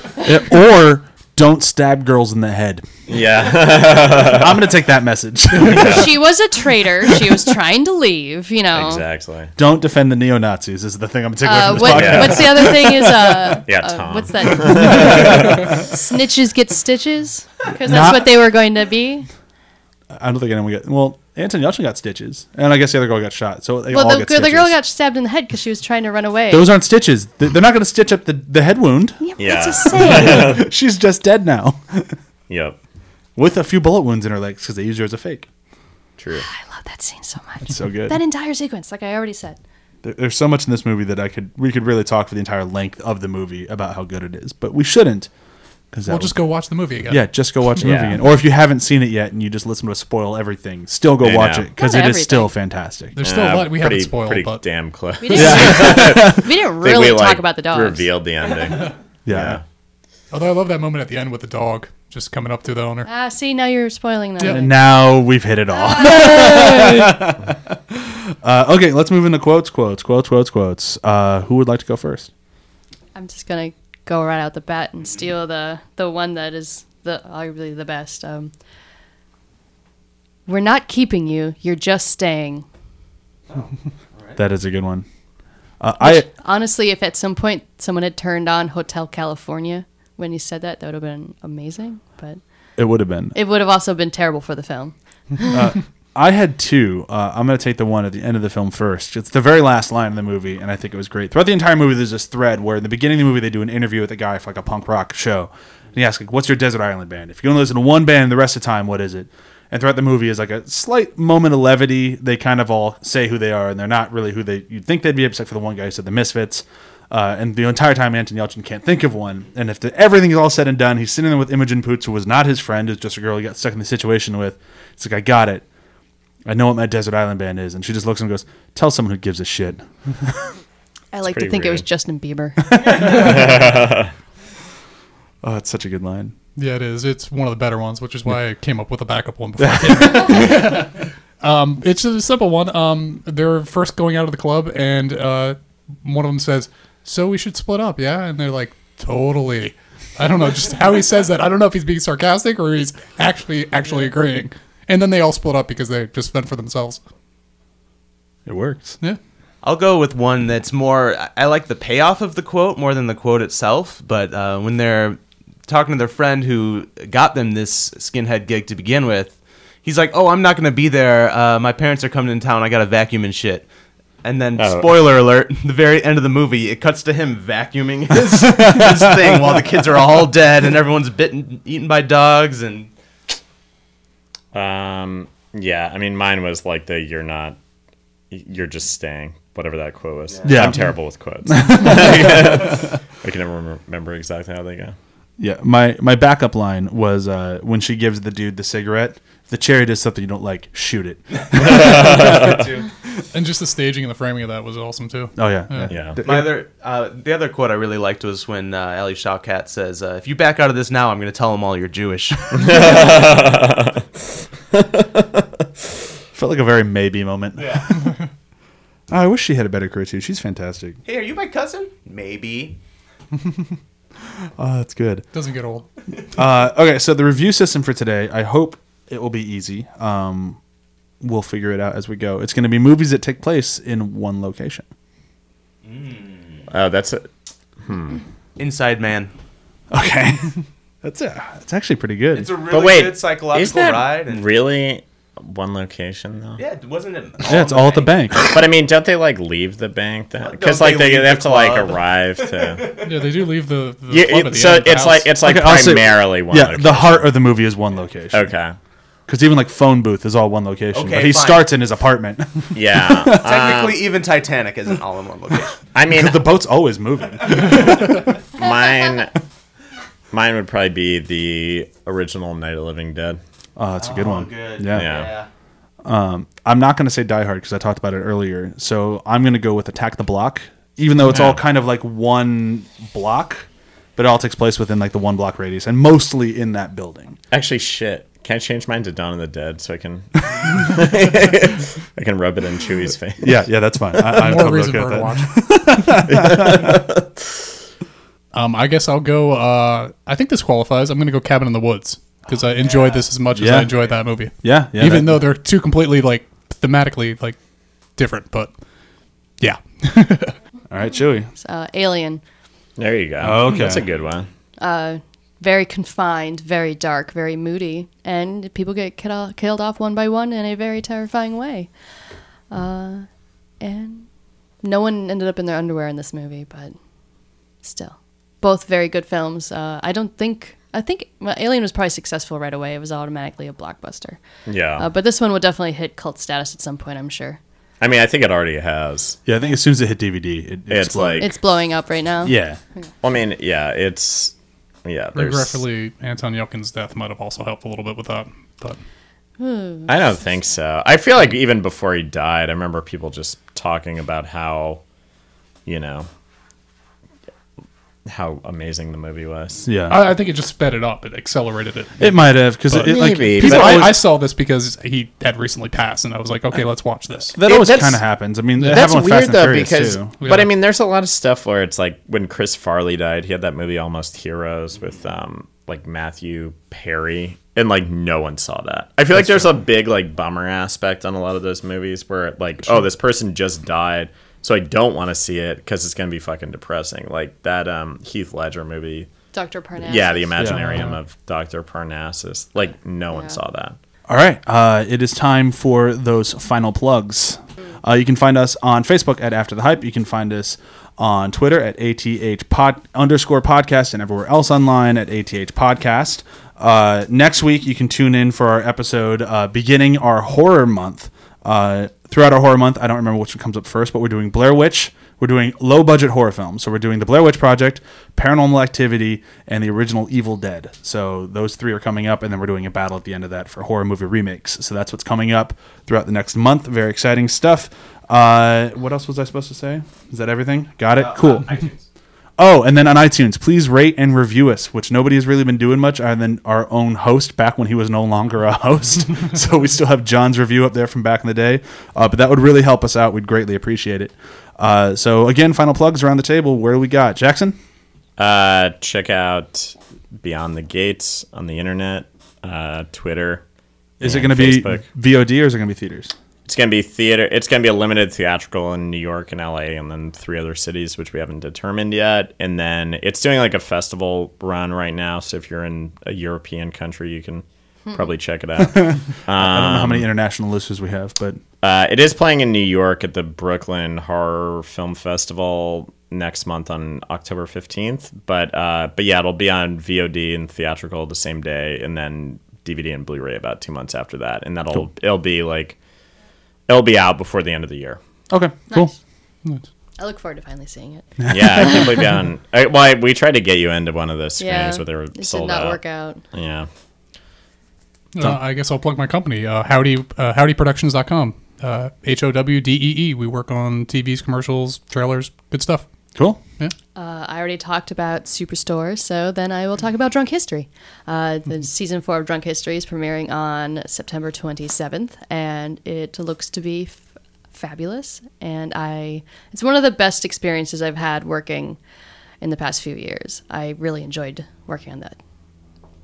Speaker 4: Or don't stab girls in the head.
Speaker 7: yeah,
Speaker 4: I'm gonna take that message.
Speaker 5: She was a traitor. She was trying to leave. You know.
Speaker 7: exactly.
Speaker 4: don't defend the neo Nazis is the thing I'm taking
Speaker 5: Uh,
Speaker 4: away from this
Speaker 5: what,
Speaker 4: podcast.
Speaker 5: What's the other thing is uh,
Speaker 7: Yeah,
Speaker 5: uh,
Speaker 7: Tom.
Speaker 5: what's that? Snitches get stitches because that's
Speaker 4: Not-
Speaker 5: what they were going to be.
Speaker 4: I don't think anyone got. Well, Anton Yelchin got stitches, and I guess the other girl got shot. So they all
Speaker 5: Well, the,
Speaker 4: get
Speaker 5: girl- the
Speaker 4: stitches.
Speaker 5: girl got stabbed in the head because she was trying to run away.
Speaker 4: Those aren't stitches. Th- They're not going to stitch up the, the head wound.
Speaker 7: Yeah.
Speaker 5: It's a saying.
Speaker 4: She's just dead now,
Speaker 7: Yep.
Speaker 4: with a few bullet wounds in her legs because they used her as a fake.
Speaker 7: True.
Speaker 5: I love that scene so much.
Speaker 4: So good.
Speaker 5: That entire sequence, like I already said.
Speaker 4: There- There's so much in this movie that I could we could really talk for the entire length of the movie about how good it is, but we shouldn't. Because
Speaker 9: We'll just go watch the movie again.
Speaker 4: Yeah, just go watch the
Speaker 7: Yeah.
Speaker 4: movie again. Or if you haven't seen it yet and you just listen to us spoil everything, still go
Speaker 7: I
Speaker 4: watch
Speaker 7: know.
Speaker 4: it because
Speaker 5: Not
Speaker 4: it is
Speaker 5: everything.
Speaker 4: still fantastic.
Speaker 9: There's still
Speaker 7: Uh,
Speaker 9: a lot we
Speaker 7: pretty,
Speaker 9: haven't spoiled,
Speaker 7: Pretty
Speaker 9: but
Speaker 7: damn close.
Speaker 5: We didn't, we didn't
Speaker 7: I think
Speaker 5: really
Speaker 7: we,
Speaker 5: talk
Speaker 7: like,
Speaker 5: about the dogs.
Speaker 7: Revealed the ending.
Speaker 4: Yeah.
Speaker 7: yeah.
Speaker 9: although I love that moment at the end with the dog just coming up to the owner.
Speaker 5: Ah, see, now you're spoiling that.
Speaker 4: And now we've hit it all. uh, okay, let's move into quotes, quotes, quotes, quotes, quotes. Uh, who would like to go first?
Speaker 5: I'm just gonna go right out the bat and steal the the one that is the arguably the best. Um, we're not keeping you. You're just staying.
Speaker 4: That is a good one. Uh, I
Speaker 5: Honestly, if at some point someone had turned on Hotel California when you said that, that would have been amazing. But
Speaker 4: it would have been.
Speaker 5: it would have also been terrible for the film.
Speaker 4: I had two. Uh, I'm going to take the one at the end of the film first. It's the very last line of the movie, and I think it was great. Throughout the entire movie, there's this thread where in the beginning of the movie, they do an interview with a guy for like a punk rock show. And he asks, like, what's your desert island band? If you only listen to one band the rest of the time, what is it? And throughout the movie is like a slight moment of levity. They kind of all say who they are, and they're not really who they you'd think they'd be, except for the one guy who said the Misfits. Uh, and the entire time, Anton Yelchin can't think of one. And if the, everything is all said and done, he's sitting there with Imogen Poots, who was not his friend, who's just a girl he got stuck in the situation with. It's like, I got it. I know what my desert island band is, and she just looks at him and goes, "Tell someone who gives a shit."
Speaker 5: I like to
Speaker 7: pretty
Speaker 5: think it was
Speaker 7: rude.
Speaker 5: Justin Bieber.
Speaker 4: Oh, it's such a good line.
Speaker 9: Yeah, it is. It's one of the better ones, which is why I came up with a backup one before. I came um, it's just a simple one. Um, they're first going out of the club, and uh, one of them says, "So we should split up, yeah?" And they're like, "Totally." I don't know just how he says that. I don't know if he's being sarcastic or he's actually actually agreeing. And then they all split up because they just fend for themselves.
Speaker 4: It works.
Speaker 9: Yeah.
Speaker 8: I'll go with one that's more. I- I like the payoff of the quote more than the quote itself. But uh, when they're talking to their friend who got them this skinhead gig to begin with, he's like, "Oh, I'm not going to be there. Uh, my parents are coming in town. I got to vacuum and shit." And then,
Speaker 7: Oh.
Speaker 8: spoiler alert: the very end of the movie, it cuts to him vacuuming his, his thing while the kids are all dead and everyone's bitten, eaten by dogs, and
Speaker 7: Um, yeah, I mean, mine was like the "you're not, you're just staying," whatever that quote was.
Speaker 4: Yeah.
Speaker 7: I'm terrible with quotes. I can never rem- remember exactly how they go.
Speaker 4: Yeah, my my backup line was uh, when she gives the dude the cigarette. If the cherry does something you don't like, shoot it.
Speaker 9: And just the staging and the framing of that was awesome too.
Speaker 4: Oh yeah,
Speaker 7: Yeah.
Speaker 8: My other, uh, the other quote I really liked was when uh, Ali Shawkat says, uh, "If you back out of this now, I'm going to tell them all you're Jewish."
Speaker 4: Felt like a very maybe moment. Yeah. I wish she had a better career too. She's fantastic.
Speaker 8: hey, are you my cousin? Maybe.
Speaker 4: Oh, that's good.
Speaker 9: Doesn't get old.
Speaker 4: Uh, okay, so the review system for today, I hope it will be easy. Um, we'll figure it out as we go. It's going to be movies that take place in one location.
Speaker 7: Oh, that's it.
Speaker 8: Inside Man.
Speaker 4: Okay, that's it. It's actually pretty good.
Speaker 8: It's a really
Speaker 7: But wait,
Speaker 8: good psychological
Speaker 7: isn't that
Speaker 8: ride. And,
Speaker 7: really one location though?
Speaker 8: yeah, wasn't it?
Speaker 4: yeah, it's all at the bank.
Speaker 7: But I mean, don't they like leave the bank then? Because
Speaker 8: don't
Speaker 7: like
Speaker 8: they
Speaker 7: they,
Speaker 8: leave
Speaker 7: they have
Speaker 8: the
Speaker 7: to like
Speaker 8: club?
Speaker 7: arrive to.
Speaker 9: Yeah, they do leave the, the
Speaker 7: Yeah,
Speaker 9: club at
Speaker 7: it-
Speaker 9: the
Speaker 7: so
Speaker 9: end of the
Speaker 7: it's like
Speaker 9: house.
Speaker 7: it's like
Speaker 4: Okay, I'll say-
Speaker 7: primarily one.
Speaker 4: yeah, the
Speaker 7: location.
Speaker 4: heart of the movie is one location.
Speaker 7: Okay.
Speaker 4: Because even like phone booth is all one location.
Speaker 8: Okay,
Speaker 4: but he
Speaker 8: fine.
Speaker 4: starts in his apartment.
Speaker 7: Yeah. Uh,
Speaker 8: Technically, even Titanic isn't all in one location.
Speaker 7: I mean,
Speaker 4: the boat's always moving.
Speaker 7: mine. Mine would probably be the original Night of the Living Dead.
Speaker 4: Oh, that's a good one.
Speaker 8: good.
Speaker 4: Yeah.
Speaker 7: Yeah.
Speaker 4: I'm not going to say Die Hard because I talked about it earlier. So I'm going to go with Attack the Block, even though it's all
Speaker 7: Yeah.
Speaker 4: kind of like one block, but it all takes place within like the one block radius and mostly in that building.
Speaker 7: Actually, shit. Can I change mine to Dawn of the Dead so I can I can rub it in Chewie's face?
Speaker 4: Yeah, yeah, that's fine. I, I'm
Speaker 9: More
Speaker 4: totally
Speaker 9: reason
Speaker 4: okay
Speaker 9: for
Speaker 4: with
Speaker 9: her to
Speaker 4: that.
Speaker 9: watch. um, I guess I'll go. Uh, I think this qualifies. I'm going to go Cabin in the Woods because I enjoyed this as much as
Speaker 4: Yeah.
Speaker 9: I enjoyed that movie.
Speaker 4: Yeah, yeah.
Speaker 9: Even
Speaker 4: that-
Speaker 9: though they're two completely like thematically like different, but yeah,
Speaker 4: All right, Chewy.
Speaker 5: It's, uh, Alien.
Speaker 7: There you go.
Speaker 4: Okay.
Speaker 7: That's a good one.
Speaker 5: very confined, very dark, very moody, and people get kill- killed off one by one in a very terrifying way. Uh, and no one ended up in their underwear in this movie, but still, both very good films. Uh, I don't think I think well, Alien was probably successful right away. It was automatically a blockbuster,
Speaker 7: Yeah.
Speaker 5: uh, but this one will definitely hit cult status at some point. I'm sure
Speaker 7: I mean, I think it already has.
Speaker 4: Yeah, I think as soon as it hit DVD, it, it
Speaker 7: It's
Speaker 4: exploded.
Speaker 7: like,
Speaker 5: it's blowing up right now.
Speaker 4: yeah,
Speaker 7: I mean, yeah, it's, yeah, there's.
Speaker 9: Regretfully, Anton Yelkin's death might have also helped a little bit with that. But
Speaker 7: I don't think so. I feel like even before he died, I remember people just talking about how, you know, how amazing the movie was.
Speaker 4: yeah.
Speaker 9: I, I think it just sped it up. It accelerated it.
Speaker 4: it might have because it, it, like
Speaker 7: Maybe,
Speaker 4: people
Speaker 7: but
Speaker 9: I,
Speaker 4: always-
Speaker 9: I saw this because he had recently passed, and I was like, okay, let's watch this.
Speaker 4: that
Speaker 7: It-
Speaker 4: always
Speaker 7: that's-
Speaker 4: kind of happens. I mean, that
Speaker 7: That's
Speaker 4: happened with Fast
Speaker 7: weird
Speaker 4: and
Speaker 7: though,
Speaker 4: Furious,
Speaker 7: because
Speaker 4: too.
Speaker 7: but I mean, there's a lot of stuff where it's like when Chris Farley died, he had that movie Almost Heroes with um like Matthew Perry, and like no one saw that. I feel like there's a big like bummer aspect on a lot of those movies where like oh this person just died, so I don't want to see it because it's gonna be fucking depressing. Like that um Heath Ledger movie,
Speaker 5: Dr. Parnassus.
Speaker 7: yeah, The Imaginarium of Doctor Parnassus. Like no one
Speaker 5: Yeah.
Speaker 7: saw that.
Speaker 4: All right. Uh, it is time for those final plugs. Uh, you can find us on Facebook at After the Hype. You can find us on Twitter at ATH pod, underscore podcast and everywhere else online at ATH podcast. Uh, next week, you can tune in for our episode uh, beginning our horror month. Uh, throughout our horror month, I don't remember which one comes up first, but we're doing Blair Witch. We're doing low budget horror films. So we're doing The Blair Witch Project, Paranormal Activity, and the original Evil Dead. So those three are coming up, and then we're doing a battle at the end of that for horror movie remakes. So that's what's coming up throughout the next month. Very exciting stuff. Uh, what else was I supposed to say? Is that everything? Got it? Cool. Oh, and then on iTunes, please rate and review us, which nobody has really been doing much other than our own host back when he was no longer a host. so we still have John's review up there from back in the day. Uh, but that would really help us out. We'd greatly appreciate it. Uh, so again, final plugs around the table. Where do we got? Jackson?
Speaker 7: Uh, check out Beyond the Gates on the internet, uh, Twitter.
Speaker 4: Is it
Speaker 7: and
Speaker 4: going to be
Speaker 7: Facebook.
Speaker 4: VOD or is it going to be theaters?
Speaker 7: It's going to be theater. It's going to be a limited theatrical in New York and LA, and then three other cities, which we haven't determined yet. And then it's doing like a festival run right now. So if you're in a European country, you can probably check it out.
Speaker 4: I don't know
Speaker 7: Um,
Speaker 4: how many international listeners we have, but
Speaker 7: Uh, it is playing in New York at the Brooklyn Horror Film Festival next month on October 15th. But uh, but yeah, it'll be on VOD and theatrical the same day, and then DVD and Blu-ray about two months after that, and that'll it'll be like it'll be out before the end of the year.
Speaker 4: okay, cool.
Speaker 5: I look forward to finally seeing it.
Speaker 7: Yeah, I can't believe you haven't. I, well, I, we tried to get you into one of those screenings, but they were
Speaker 5: it did
Speaker 7: sold
Speaker 5: not
Speaker 7: out.
Speaker 5: work out.
Speaker 7: Yeah.
Speaker 9: Uh, I guess I'll plug my company, uh, Howdy uh, HowdyProductions.com. Uh, H O W D E E. We work on TVs, commercials, trailers, good stuff.
Speaker 4: Cool.
Speaker 5: Uh, I already talked about Superstore, so then I will talk about Drunk History. Uh,
Speaker 4: Mm-hmm.
Speaker 5: the season four of Drunk History is premiering on September 27th, and it looks to be f- fabulous. And I, it's one of the best experiences I've had working in the past few years. I really enjoyed working on that.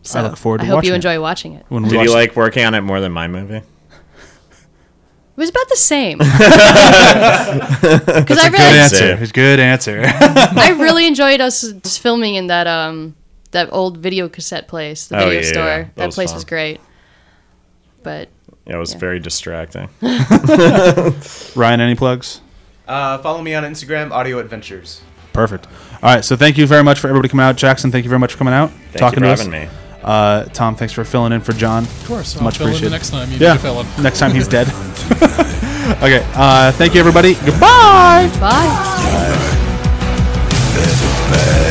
Speaker 5: So
Speaker 4: look forward to
Speaker 5: I hope
Speaker 4: watching
Speaker 5: you
Speaker 4: it.
Speaker 5: enjoy watching it.
Speaker 4: When
Speaker 7: Did
Speaker 4: watch-
Speaker 7: you like working on it more than my movie?
Speaker 5: It was about the same. Because I
Speaker 4: Good
Speaker 5: really,
Speaker 4: answer. It's good answer.
Speaker 5: I really enjoyed us just filming in that um that old video cassette place, the
Speaker 7: Oh,
Speaker 5: video
Speaker 7: yeah,
Speaker 5: store.
Speaker 7: yeah. That
Speaker 5: That
Speaker 7: was
Speaker 5: place
Speaker 7: fun.
Speaker 5: was great. But
Speaker 7: Yeah, it was very distracting.
Speaker 4: Ryan, any plugs?
Speaker 8: Uh, follow me on Instagram, Audio Adventures.
Speaker 4: Perfect. All right. So thank you very much for everybody coming out. Jackson, thank you very much for coming out.
Speaker 7: Thank you for having me.
Speaker 4: Uh, Tom, thanks for filling in for John.
Speaker 9: Of course,
Speaker 4: Much appreciated.
Speaker 9: next time you
Speaker 4: yeah.
Speaker 9: need a fill in.
Speaker 4: Next time he's dead. okay. Uh, thank you, everybody. Goodbye.
Speaker 5: bye.
Speaker 3: There's a bad